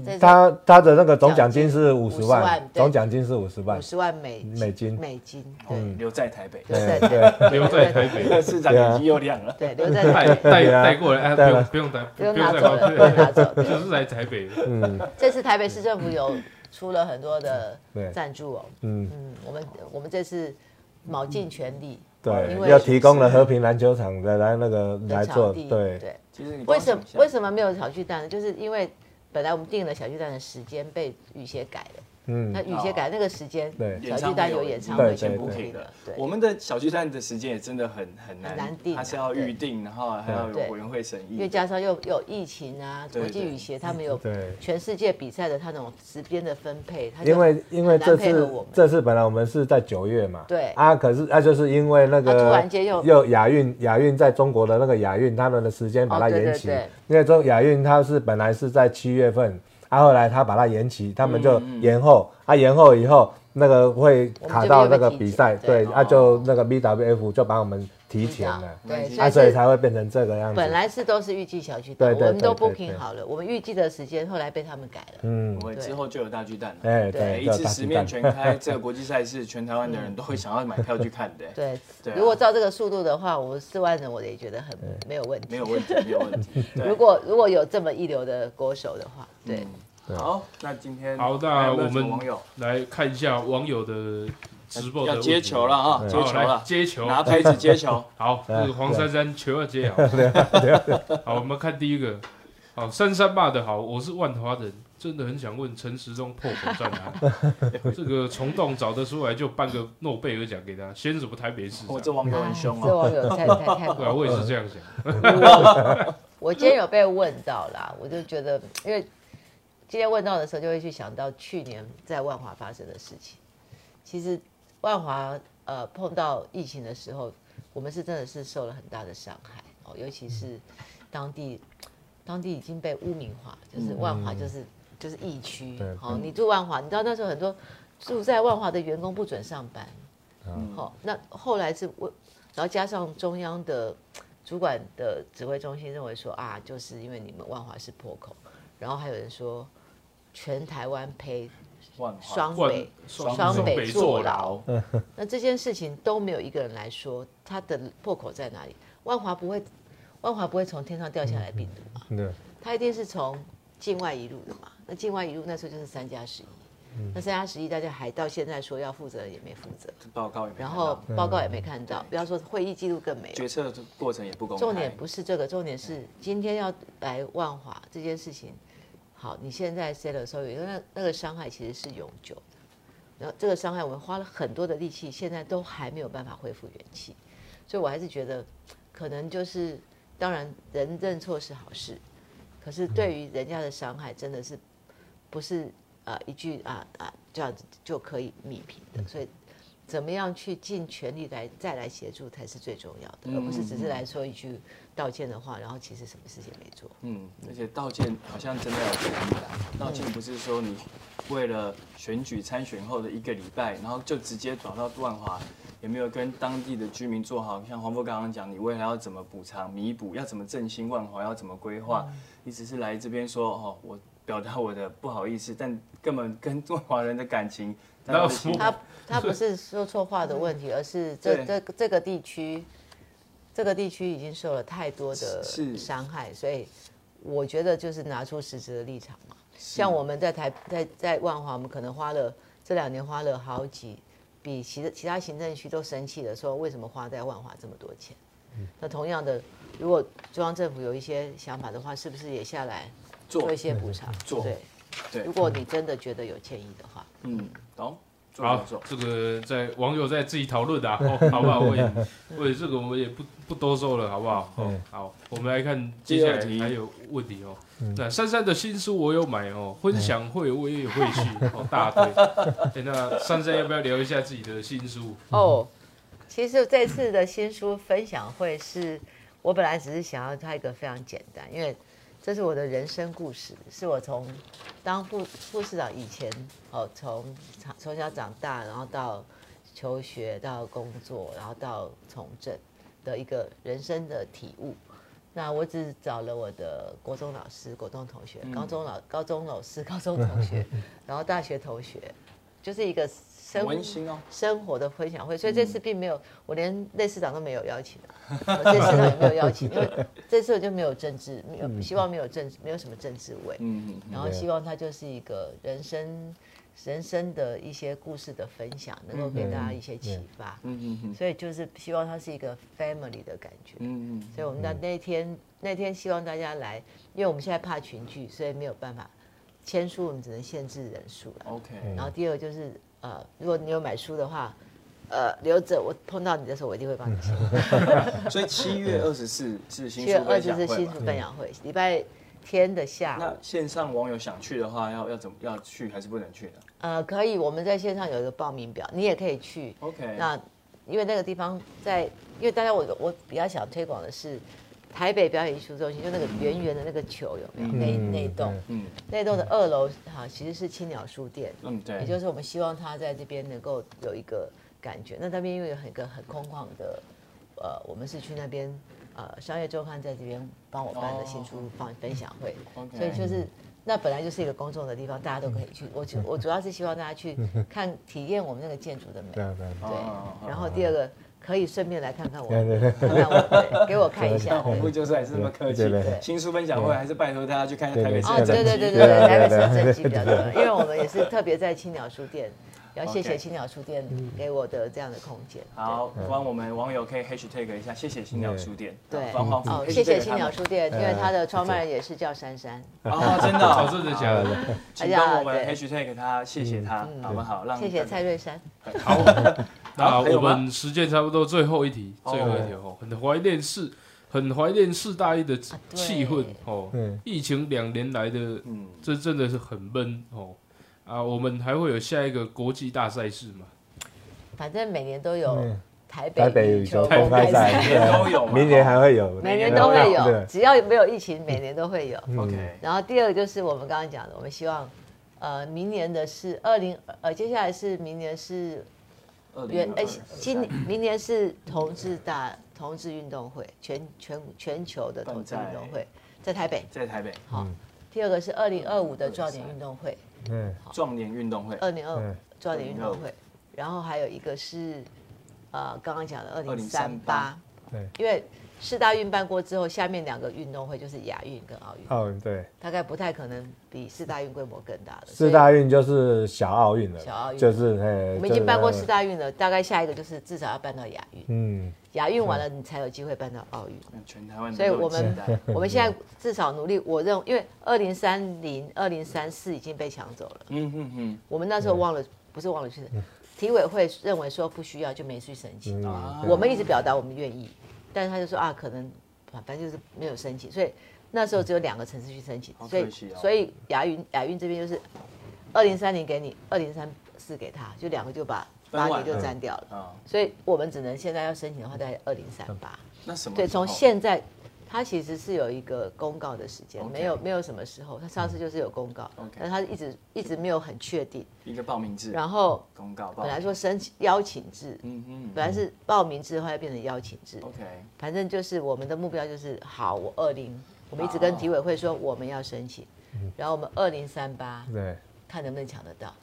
Speaker 3: 这是
Speaker 4: 他他的那个总奖金是五十
Speaker 3: 50
Speaker 4: 万
Speaker 3: 万，对
Speaker 4: 总奖金是五十万
Speaker 3: 五，十万美
Speaker 4: 美金嗯
Speaker 3: 美金，
Speaker 2: 哦
Speaker 3: 对，
Speaker 2: 留在台北，
Speaker 3: 留在
Speaker 4: 对啊
Speaker 3: 台
Speaker 4: 对
Speaker 3: 北，
Speaker 1: 留在台北，
Speaker 2: 市长眼睛又亮了。
Speaker 3: 对，留在
Speaker 1: 带
Speaker 3: 台北，
Speaker 1: 带
Speaker 4: 对啊
Speaker 1: 带过来，哎，
Speaker 4: 对
Speaker 1: 不
Speaker 4: 啊
Speaker 1: 用不用带，
Speaker 3: 不
Speaker 1: 不
Speaker 3: 用
Speaker 1: 用
Speaker 3: 拿
Speaker 1: 带
Speaker 3: 走
Speaker 1: 过
Speaker 3: 了，不用拿
Speaker 1: 来，
Speaker 3: 走。对
Speaker 1: 就是来台北的。
Speaker 3: 这次台北市政府有出了很多的
Speaker 4: 对
Speaker 3: 赞助哦，
Speaker 4: 嗯
Speaker 3: 嗯，我们我们这次卯尽全力，因
Speaker 4: 对，
Speaker 3: 为
Speaker 4: 要提供了和平篮球场的来那个
Speaker 3: 的
Speaker 4: 来
Speaker 3: 场
Speaker 4: 做
Speaker 3: 地，
Speaker 4: 对
Speaker 3: 对。
Speaker 2: 其实你
Speaker 3: 为什么为
Speaker 2: 么？
Speaker 3: 什么没有小巨蛋呢？就是因为本来我们定了小巨蛋的时间被雨鞋改了，
Speaker 4: 嗯
Speaker 3: 那雨鞋改那个时间，
Speaker 4: 对
Speaker 3: 小巨蛋有演唱会
Speaker 4: 对
Speaker 3: 全
Speaker 4: 对
Speaker 3: 部
Speaker 4: 对
Speaker 3: 停了，对
Speaker 2: 我们的小巨蛋的时间也真的很很难，
Speaker 3: 很难定啊
Speaker 2: 它是要预定，然后还要有委员会审
Speaker 3: 因为
Speaker 2: 议。
Speaker 3: 加上又又有疫情啊，
Speaker 2: 对
Speaker 3: 国际羽协他们有
Speaker 4: 对
Speaker 3: 全世界比赛的他那种时间的分配，他就
Speaker 4: 因为因为
Speaker 3: 很
Speaker 4: 这
Speaker 3: 难配合我
Speaker 4: 次
Speaker 3: 们
Speaker 4: 这次本来我们是在九月嘛，
Speaker 3: 对
Speaker 4: 啊，可是啊，就是因为那个
Speaker 3: 啊突然间又
Speaker 4: 又亚运亚运在中国的那个亚运，他们的时间把它
Speaker 3: 哦对
Speaker 4: 延期
Speaker 3: 对对，
Speaker 4: 因为中亚运它是本来是在七月份，啊，后来他把它延期，他们就
Speaker 2: 嗯嗯
Speaker 4: 延后，啊，延后以后那个会
Speaker 3: 我们
Speaker 4: 卡
Speaker 3: 就
Speaker 4: 到
Speaker 3: 没有
Speaker 4: 那个
Speaker 3: 提
Speaker 4: 比
Speaker 3: 前
Speaker 4: 赛，
Speaker 3: 对
Speaker 4: 对，啊，
Speaker 2: 哦
Speaker 4: 就那个 BWF 就把我们提前了，
Speaker 3: 对，
Speaker 2: 啊
Speaker 3: 所
Speaker 4: 啊，
Speaker 3: 以
Speaker 4: 所以
Speaker 3: 是
Speaker 4: 才会变成这个样子。
Speaker 3: 本来是都是预计小巨蛋，
Speaker 4: 对对
Speaker 3: 我们都
Speaker 4: 对对对
Speaker 3: booking 好了，我们预计的时间后来被他们改了。
Speaker 4: 嗯
Speaker 2: 我，们
Speaker 3: 对
Speaker 2: 之后就有大巨蛋了。
Speaker 4: 哎，
Speaker 2: 每
Speaker 4: 对，
Speaker 2: 一
Speaker 4: 就
Speaker 2: 次
Speaker 4: 大
Speaker 2: 十
Speaker 4: 鸡
Speaker 2: 面
Speaker 4: 蛋。
Speaker 2: 全开，这个国际赛事，全台湾的人都会想要买票去看的。
Speaker 3: 对，
Speaker 2: 对啊
Speaker 3: 如果照这个速度的话，我们四万人我也觉得很没有问题。
Speaker 2: 没有问题，没有问 题。对
Speaker 3: 如果如果有这么一流的国手的话，对，
Speaker 2: 嗯好，那今天
Speaker 1: 好那
Speaker 2: 还有没有
Speaker 1: 我们
Speaker 2: 什么网友
Speaker 1: 来看一下网友的直播的
Speaker 2: 要
Speaker 1: 问题
Speaker 2: 接球了，啊，
Speaker 4: 对
Speaker 2: 接
Speaker 1: 好
Speaker 2: 球
Speaker 1: 来
Speaker 2: 了，
Speaker 1: 接球，
Speaker 2: 拿拍子接 球。
Speaker 1: 好，这个黄珊珊球要接好。 啊好，我们看第一个。好，珊珊骂的好，我是万华人，真的很想问陈时中破口在哪？ 这个虫洞找得出来就颁个诺贝尔奖给他，先什么台北市
Speaker 2: 我
Speaker 1: 长？
Speaker 2: 这
Speaker 3: 啊
Speaker 2: 网友很凶
Speaker 3: 这
Speaker 2: 哦。
Speaker 3: 网友太太太
Speaker 1: 对啊，我也是这样想。
Speaker 3: 我今天有被问到啦，我就觉得，因为今天问到的时候，就会去想到去年在万华发生的事情。其实万华呃碰到疫情的时候，我们是真的是受了很大的伤害哦，尤其是当地当地已经被污名化，就是万华就是、就是疫区
Speaker 4: 对，
Speaker 3: 好、你住万华，你知道那时候很多住在万华的员工不准上班，
Speaker 2: 嗯
Speaker 3: 好、那后来是为，然后加上中央的主管的指挥中心认为说啊，就是因为你们万华是破口，然后还有人说全台湾赔
Speaker 2: 万华
Speaker 3: 双
Speaker 1: 冠
Speaker 3: 北，
Speaker 1: 双
Speaker 3: 双北
Speaker 1: 北
Speaker 3: 坐
Speaker 1: 坐
Speaker 3: 牢
Speaker 1: 牢，
Speaker 3: 那这件事情都没有一个人来说它的破口在哪里。万华不会，万华不会从天上掉下来病毒嘛，
Speaker 4: 对，
Speaker 3: 它一定是从境外一路的嘛。那境外一路那时候就是三加十一，那三加十一大家还到现在说要负责也没负责，
Speaker 2: 报告也没看到
Speaker 3: 然后报告也没看到，不要说会议记录更没有
Speaker 2: 决。策的过程也不公开。
Speaker 3: 重点不是这个，重点是今天要来万华这件事情。好，你现在 C 的时候，有那那个伤害其实是永久的，然后这个伤害我们花了很多的力气，现在都还没有办法恢复元气，所以我还是觉得，可能就是当然人认错是好事，
Speaker 2: 嗯
Speaker 3: 可是对于人家的伤害真的是不是呃一句啊啊这样子就可以弭平
Speaker 2: 嗯
Speaker 3: 的，所以怎么样去尽全力来再来协助才是最重要的，而不是只是来说一句道歉的话，然后其实什么事情也没做。
Speaker 2: 嗯，而且道歉好像真的要有诚意啦。道歉不是说你为了选举参选后的一个礼拜，然后就直接跑到万华，也没有跟当地的居民做好。像黄波刚刚讲，你未来要怎么补偿、弥补，要怎么振兴万华，要怎么规划，你只是来这边说哦，我表达我的不好意思，但根本跟万华人的感情，
Speaker 1: 哪有什么
Speaker 3: 他 他不是说错话的问题，而是这这
Speaker 2: 嗯对
Speaker 3: 这个地区，这个地区已经受了太多的
Speaker 2: 是
Speaker 3: 伤害，所以我觉得就是拿出实质的立场
Speaker 2: 嗯
Speaker 3: 嘛。像我们在台在在万华，我们可能花了这两年花了好几比其他其他行政区都生气的说，为什么花在万华这么多钱？
Speaker 2: 嗯
Speaker 3: 那同样的，如果中央政府有一些想法的话，是不是也下来做
Speaker 2: 做嗯
Speaker 3: 一些补偿？
Speaker 2: 做
Speaker 3: 对，
Speaker 2: 对
Speaker 3: 如果你真的觉得有歉意的话，
Speaker 2: 嗯，懂，做
Speaker 1: 好
Speaker 2: 好做，，
Speaker 1: 这个在网友在自己讨 论啊，哦好不好？我也，我也这个我们也不不多说了，好不好？哦
Speaker 4: 嗯，
Speaker 1: 好，我们来看接下来
Speaker 2: 第二题
Speaker 1: 还有问题哦。
Speaker 4: 嗯
Speaker 1: 那珊珊的新书我有买哦，分享会我也会去 哦，大堆。哎那珊珊要不要聊一下自己的新书？
Speaker 3: 哦，其实这次的新书分享会是我本来只是想要它一个非常简单，因为这是我的人生故事，是我从当副副市长以前哦，从长从小长大，然后到求学，到工作，然后到从政的一个人生的体悟。那我只找了我的国中老师、国中同学、高中老、高中老师、高中同学，然后大学同学，就是一个生
Speaker 2: 温馨哦。
Speaker 3: 生活的分享会，所以这
Speaker 2: 嗯
Speaker 3: 次并没有，我连类市长都没有邀请 啊，我这次长也没有邀请，因为这次我就没有政治，没有希望没有政治，没有什么政治味，
Speaker 2: 嗯，嗯嗯
Speaker 3: 然后希望它就是一个人生人生的一些故事的分享，能够给大家一些启发，
Speaker 2: 嗯嗯
Speaker 3: 所以就是希望它是一个 family 的感觉。
Speaker 2: 嗯嗯，
Speaker 3: 所以我们那那天那天希望大家来，因为我们现在怕群聚，所以没有办法签书，我们只能限制人数了。
Speaker 2: OK，
Speaker 3: 然后第二个就是呃，如果你有买书的话，呃，留着我碰到你的时候，我一定会
Speaker 2: 嗯
Speaker 3: 帮 你签。
Speaker 2: 所以七月二十四是新
Speaker 3: 七月
Speaker 2: 书
Speaker 3: 二
Speaker 2: 分
Speaker 3: 十
Speaker 2: 享
Speaker 3: 是
Speaker 2: 会
Speaker 3: 新
Speaker 2: 嘛嗯
Speaker 3: 书？分享会，礼拜天的下
Speaker 2: 那
Speaker 3: 午，
Speaker 2: 线上网友想去的话，要要怎么要去还是不能去呢
Speaker 3: 呃，可以，我们在线上有一个报名表，你也可以去。
Speaker 2: ？OK，
Speaker 3: 那因为那个地方在，因为大家我我比较想推广的是台北表演艺术中心，就那个圆圆的那个球有没有？那一那一栋，
Speaker 2: 嗯
Speaker 3: 那一栋的二楼哈，其实是青鸟书店。
Speaker 2: 嗯对，
Speaker 3: 也就是我们希望他在这边能够有一个感觉。那那边因为有很一个很空旷的呃，我们是去那边呃商业周刊在这边帮我办的新书放分享会，
Speaker 2: 哦 OK
Speaker 3: 所以就是那本来就是一个公众的地方，大家都可以去。我主我主要是希望大 家去看体验我们那个建筑的美，
Speaker 4: 对啊对啊，
Speaker 3: 对
Speaker 2: 哦。
Speaker 3: 然后第二个可以顺便来看看我，
Speaker 4: 对对对
Speaker 3: 看看我，对给我看一 下。
Speaker 2: 我们就是还是那么客气
Speaker 4: 对对对，
Speaker 2: 新书分享会还是拜托大家去看一下台北市
Speaker 3: 哦，
Speaker 2: 的
Speaker 3: 对
Speaker 2: 政
Speaker 3: 对
Speaker 2: 绩
Speaker 3: 对对
Speaker 4: 对
Speaker 3: 对，
Speaker 4: 对
Speaker 3: 台
Speaker 4: 对
Speaker 3: 北市
Speaker 4: 对
Speaker 3: 政绩比较多，因为我们也是特别在青鸟书店，要谢谢
Speaker 2: OK
Speaker 3: 青鸟书店
Speaker 4: 嗯
Speaker 3: 给我的这样的空间。
Speaker 2: 好，帮我们网友可以 hashtag 一下，谢谢新鸟书店，
Speaker 3: 对，
Speaker 2: 帮
Speaker 4: 嗯
Speaker 2: 黄
Speaker 3: 哦，
Speaker 2: 黄
Speaker 3: 谢谢
Speaker 2: hashtag
Speaker 3: 青鸟
Speaker 2: 他
Speaker 3: 书店，因为它的创办人也是叫珊珊，
Speaker 2: 们哦，真的
Speaker 1: 哦，
Speaker 2: 哦，
Speaker 1: 真的
Speaker 4: 啊
Speaker 1: 假的？
Speaker 2: 请帮我
Speaker 3: 哎
Speaker 2: 们
Speaker 3: 呀嗯
Speaker 2: hashtag 他，谢谢他，好不好？让
Speaker 3: 谢谢蔡瑞珊。
Speaker 1: 好，那
Speaker 2: 好啊还有
Speaker 1: 我
Speaker 2: 吗
Speaker 1: 们时间差不多，最后一题，
Speaker 2: 哦啊
Speaker 1: 最后一题哦，很怀念是，很怀念四大一的
Speaker 3: 对
Speaker 1: 气氛哦
Speaker 4: 嗯。
Speaker 1: 疫情两年来的，
Speaker 2: 嗯
Speaker 1: 这真的是很闷哦。啊，我们还会有下一个国际大赛事嘛？
Speaker 3: 反正每年都有
Speaker 4: 嗯
Speaker 3: 台北
Speaker 4: 台北羽球公开赛
Speaker 2: 台北羽球公开赛
Speaker 4: 对啊
Speaker 2: 都有嘛
Speaker 4: 明年还会有，
Speaker 3: 每年都会有，
Speaker 4: 对
Speaker 3: 只要没有疫情，每年都会有。
Speaker 4: 嗯
Speaker 2: OK，
Speaker 3: 然后第二个就是我们刚刚讲的，我们希望，呃，明年的是二零呃，接下来是明年是元哎，今明年是同志大同志运动会，全全全球的同志运动会在台北。
Speaker 2: 在台北
Speaker 3: 好，第二个是二零二五的壮年运动会，
Speaker 4: 嗯，
Speaker 2: 壮年运动会，
Speaker 3: 二零二
Speaker 4: 嗯
Speaker 3: 壮年运动会，然后还有一个是呃刚刚讲的二零三
Speaker 2: 2038
Speaker 3: 八，
Speaker 4: 对，
Speaker 3: 因为世大运办过之后，下面两个运动会就是亚运跟奥运，
Speaker 4: 奥运对，
Speaker 3: 大概不太可能比世大运规模更大的。所以
Speaker 4: 四大运就是小奥运了，
Speaker 3: 小奥运
Speaker 4: 就是嘿，
Speaker 3: 我们已经办过
Speaker 4: 就是
Speaker 3: 世大运了，大概下一个就是至少要办到亚运，
Speaker 4: 嗯，
Speaker 3: 亚运完了你才有机会办到奥运。
Speaker 2: 嗯全台湾，
Speaker 3: 所以我们我们现在至少努力，我认为因为二零三零、二零三四已经被抢走了，
Speaker 2: 嗯嗯嗯
Speaker 3: 我们那时候忘了，不是忘了去申， 体委会认为说不需要就没去申
Speaker 4: 嗯
Speaker 3: 请，
Speaker 2: 啊
Speaker 3: 我们一直表达我们愿意，但是他就说啊，可能反反正就是没有申请，所以那时候只有两个城市去申请
Speaker 2: 好，
Speaker 3: 所以
Speaker 2: 可惜哦
Speaker 3: 所以亚运亚运这边就是二零三零给你，二零三四给他，就两个就把
Speaker 2: 分
Speaker 3: 八
Speaker 2: 完
Speaker 3: 年就
Speaker 2: 嗯
Speaker 3: 占掉了，
Speaker 2: 啊，
Speaker 3: 所以我们只能现在要申请的话，大概二零三八。
Speaker 2: 那什么
Speaker 3: 对，从现在，它其实是有一个公告的时间
Speaker 2: OK
Speaker 3: 没有没有什么时候，它上次就是有公告
Speaker 2: OK
Speaker 3: 但它一直一直没有很确定。
Speaker 2: 一个报名制，
Speaker 3: 然后
Speaker 2: 公告报
Speaker 3: 本来说申请邀请制，
Speaker 2: 嗯哦嗯
Speaker 3: 本来是报名制，后来变成邀请制。
Speaker 2: ，OK，
Speaker 3: 反正就是我们的目标就是好，我二零，我们一直跟体委会说我们要申请，
Speaker 2: 嗯
Speaker 3: 然后我们二零三八
Speaker 4: 对，
Speaker 3: 看能不能抢得到。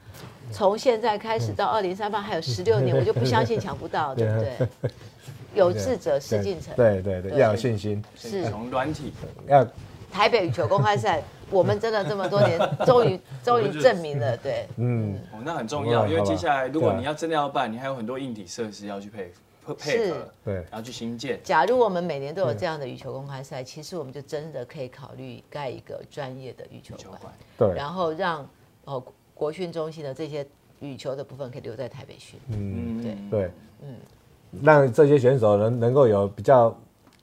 Speaker 3: 从现在开
Speaker 2: 嗯
Speaker 3: 始到二零三八还有十六年，我就不相信抢 不到，对不对？
Speaker 2: 啊
Speaker 3: 有志者事竟成。
Speaker 4: 对对对，
Speaker 3: 对
Speaker 4: 要有信心，
Speaker 2: 是从软体
Speaker 4: 要
Speaker 3: 台北羽球公开赛，我们真的这么多 年，终于终于证明了，对，
Speaker 4: 嗯，
Speaker 2: 哦，那很重
Speaker 4: 好
Speaker 2: 要，
Speaker 4: 吧
Speaker 2: 因为接下来如果
Speaker 4: 对啊
Speaker 2: 你要真的要办，你还有很多硬体设施要去配合配合
Speaker 3: 是，
Speaker 4: 对
Speaker 2: 然后去新建。
Speaker 3: 假如我们每年都有这样的羽球公开赛，其实我们就真的可以考虑盖一个专业的羽球
Speaker 2: 球
Speaker 3: 馆，
Speaker 2: 馆
Speaker 4: 对，
Speaker 3: 然后让哦国训中心的这些羽球的部分可以留在台北训，
Speaker 2: 嗯，
Speaker 3: 对
Speaker 4: 对，嗯，让这些选手能能够有比较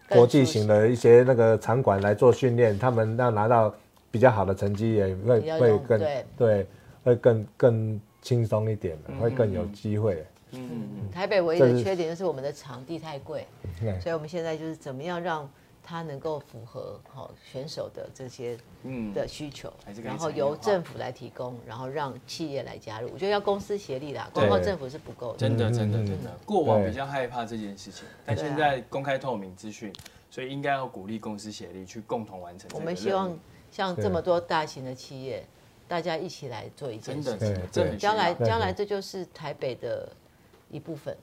Speaker 3: 更
Speaker 4: 国际型的一些那个场馆来做训练，他们要拿到比较好的成绩，也会
Speaker 3: 比较
Speaker 4: 会
Speaker 3: 容
Speaker 4: 更
Speaker 3: 对
Speaker 4: 对，会更更轻松一点的，会更有机会。
Speaker 2: 嗯，
Speaker 3: 台北唯一
Speaker 4: 这
Speaker 3: 的
Speaker 4: 是
Speaker 3: 缺点就是我们的场地太贵，
Speaker 4: 对
Speaker 3: 所以我们现在就是怎么样让它能够符合好、哦、选手的这些
Speaker 2: 嗯
Speaker 3: 的需求
Speaker 2: 还是，可以
Speaker 3: 然后
Speaker 2: 产业化
Speaker 3: 由政府来提供，然后让企业来加入。我觉得要公司协力啦，
Speaker 2: 对
Speaker 3: 光靠政府是不够的
Speaker 2: 真。的，
Speaker 4: 嗯
Speaker 2: 真的，
Speaker 4: 嗯
Speaker 2: 真的。过往
Speaker 4: 对
Speaker 2: 比较害怕这件事情，但
Speaker 3: 啊
Speaker 2: 现在公开透明资讯，所以应该要鼓励公司协力去共同完成这
Speaker 3: 我
Speaker 2: 个任务。
Speaker 3: 们希望像这么多大型的企业，大家一起来做一件
Speaker 2: 真
Speaker 3: 事
Speaker 2: 的，啊真
Speaker 3: 情。
Speaker 4: 对
Speaker 2: 的
Speaker 4: 对，
Speaker 2: 这很需要
Speaker 3: 将来，
Speaker 4: 对
Speaker 3: 将来这就是台北的一部分。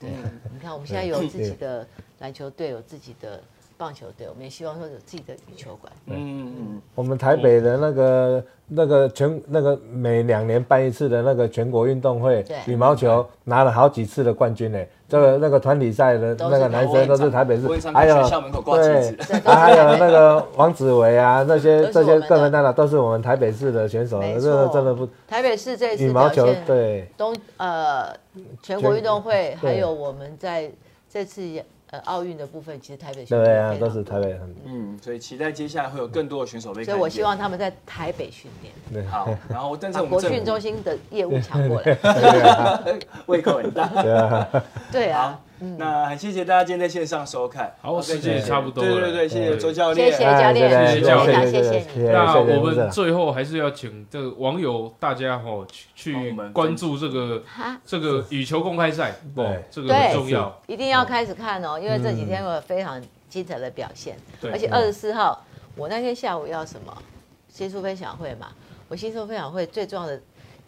Speaker 3: 对，
Speaker 2: 嗯
Speaker 3: 你看我们现在有自己的篮球队，有自己的棒球队，我们也希望说有自己的羽球馆。
Speaker 2: 嗯，
Speaker 4: 我们台北的那
Speaker 3: 哦
Speaker 4: 个那个全那个每两年办一次的那个全国运动会
Speaker 3: 对，嗯
Speaker 4: 羽毛球拿了好几次的冠军呢。这个那个团体赛的
Speaker 3: 都是
Speaker 4: 那个男
Speaker 3: 台
Speaker 4: 生
Speaker 3: 湾
Speaker 4: 都是台北
Speaker 2: 我也
Speaker 4: 市，
Speaker 2: 常
Speaker 4: 还
Speaker 2: 在
Speaker 4: 有
Speaker 2: 学校门口挂旗
Speaker 4: 对
Speaker 2: 子，
Speaker 3: 对，都是
Speaker 4: 啊还有
Speaker 3: 台北
Speaker 4: 那个王子维啊，那
Speaker 3: 都
Speaker 4: 些
Speaker 3: 是
Speaker 4: 这
Speaker 3: 我
Speaker 4: 些
Speaker 3: 们的
Speaker 4: 各个大佬都是我们台北市的选手，
Speaker 3: 没
Speaker 4: 这
Speaker 3: 错
Speaker 4: 个真的不
Speaker 3: 台北市这一次
Speaker 4: 羽毛
Speaker 3: 表
Speaker 4: 球
Speaker 3: 现
Speaker 4: 对
Speaker 3: 东呃全国运动会，
Speaker 4: 对
Speaker 3: 还有我们在这次呃奥运的部分，其实台北训
Speaker 4: 对
Speaker 3: 练
Speaker 4: 啊
Speaker 3: 非，常
Speaker 4: 都是
Speaker 3: 多
Speaker 4: 台北很
Speaker 2: 嗯，所以期待接下来会有更多的选手被看
Speaker 3: 所
Speaker 2: 见。
Speaker 3: 以我希望他们在台北训练，
Speaker 4: 对
Speaker 2: 好，然 后但是
Speaker 3: 把
Speaker 2: 我们
Speaker 3: 国
Speaker 2: 政
Speaker 3: 训中
Speaker 2: 府
Speaker 3: 心的业务抢过来。
Speaker 2: 胃口很大。
Speaker 4: 对啊，
Speaker 3: 对
Speaker 2: 好
Speaker 3: 啊，，
Speaker 2: 那很谢谢大家今天在线上收看，
Speaker 1: 好，
Speaker 2: 再
Speaker 1: 时间也
Speaker 2: 见
Speaker 1: 差不多了。
Speaker 2: 对对对，谢谢周教
Speaker 3: 谢
Speaker 2: 练，
Speaker 3: 谢教练，
Speaker 1: 谢谢教 练
Speaker 4: 哎
Speaker 3: 非常谢谢你。
Speaker 1: 那我
Speaker 4: 啊
Speaker 1: 们最后还是要请这个网友大家哈去
Speaker 2: 帮我
Speaker 1: 去
Speaker 2: 们
Speaker 1: 关注这个
Speaker 3: 哈，
Speaker 1: 这个羽球公开赛，
Speaker 4: 对
Speaker 1: 哦，这个
Speaker 3: 对
Speaker 1: 很重要。
Speaker 3: 一定要开始看
Speaker 4: 嗯
Speaker 3: 哦，因为这几天我有非常精彩的表现，
Speaker 1: 对
Speaker 3: 而且二十四号我那天下午要什么新书分享会嘛，我新书分享会最重要的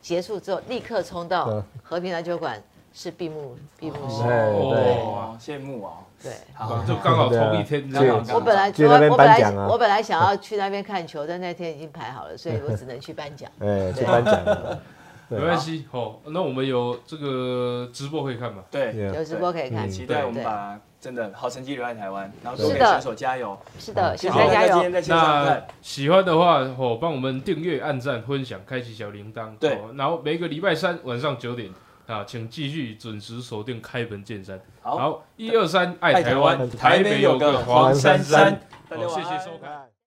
Speaker 3: 结束之后，立刻冲到
Speaker 4: 嗯
Speaker 3: 和平篮球馆是闭幕闭幕式，
Speaker 2: 哦，羡慕哦，
Speaker 3: 对。
Speaker 2: 好，
Speaker 1: 啊就刚好同一天这样子
Speaker 2: 对啊
Speaker 3: 我本来
Speaker 4: 去那边
Speaker 3: 我本
Speaker 4: 颁
Speaker 3: 来
Speaker 4: 奖啊
Speaker 3: 我本来想要去那边看球，但那天已经排好了，所以我只能去颁 奖。
Speaker 4: 哎，去颁奖 了，对
Speaker 1: 没关系，哦，那我们有这个直播可以看嘛？
Speaker 2: 对，
Speaker 3: 有直播可以看，
Speaker 4: 嗯
Speaker 2: 期待我们
Speaker 3: 对
Speaker 2: 把真的好成绩留在台湾，然后多
Speaker 3: 是
Speaker 2: 给
Speaker 3: 的
Speaker 2: 选手加油，
Speaker 3: 是的，
Speaker 2: 嗯谢
Speaker 3: 小
Speaker 2: 谢
Speaker 3: 三
Speaker 2: 大
Speaker 3: 加
Speaker 2: 家今
Speaker 3: 油
Speaker 2: 天！在线上
Speaker 1: 那
Speaker 2: 看，
Speaker 1: 喜欢的话，哦，帮我们订阅、按赞、分享、开启小铃铛。
Speaker 2: 对
Speaker 1: 哦，然后每个礼拜三晚上九点啊，请继续准时锁定开门见山。
Speaker 2: 好，
Speaker 1: 好，一二三，爱
Speaker 2: 爱
Speaker 1: 台
Speaker 2: 台
Speaker 1: 湾
Speaker 2: 湾，，
Speaker 1: 台北有个黄珊珊。
Speaker 2: 大
Speaker 1: 好，
Speaker 2: 家晚
Speaker 1: 谢谢
Speaker 2: 安
Speaker 1: 收看。
Speaker 4: 哎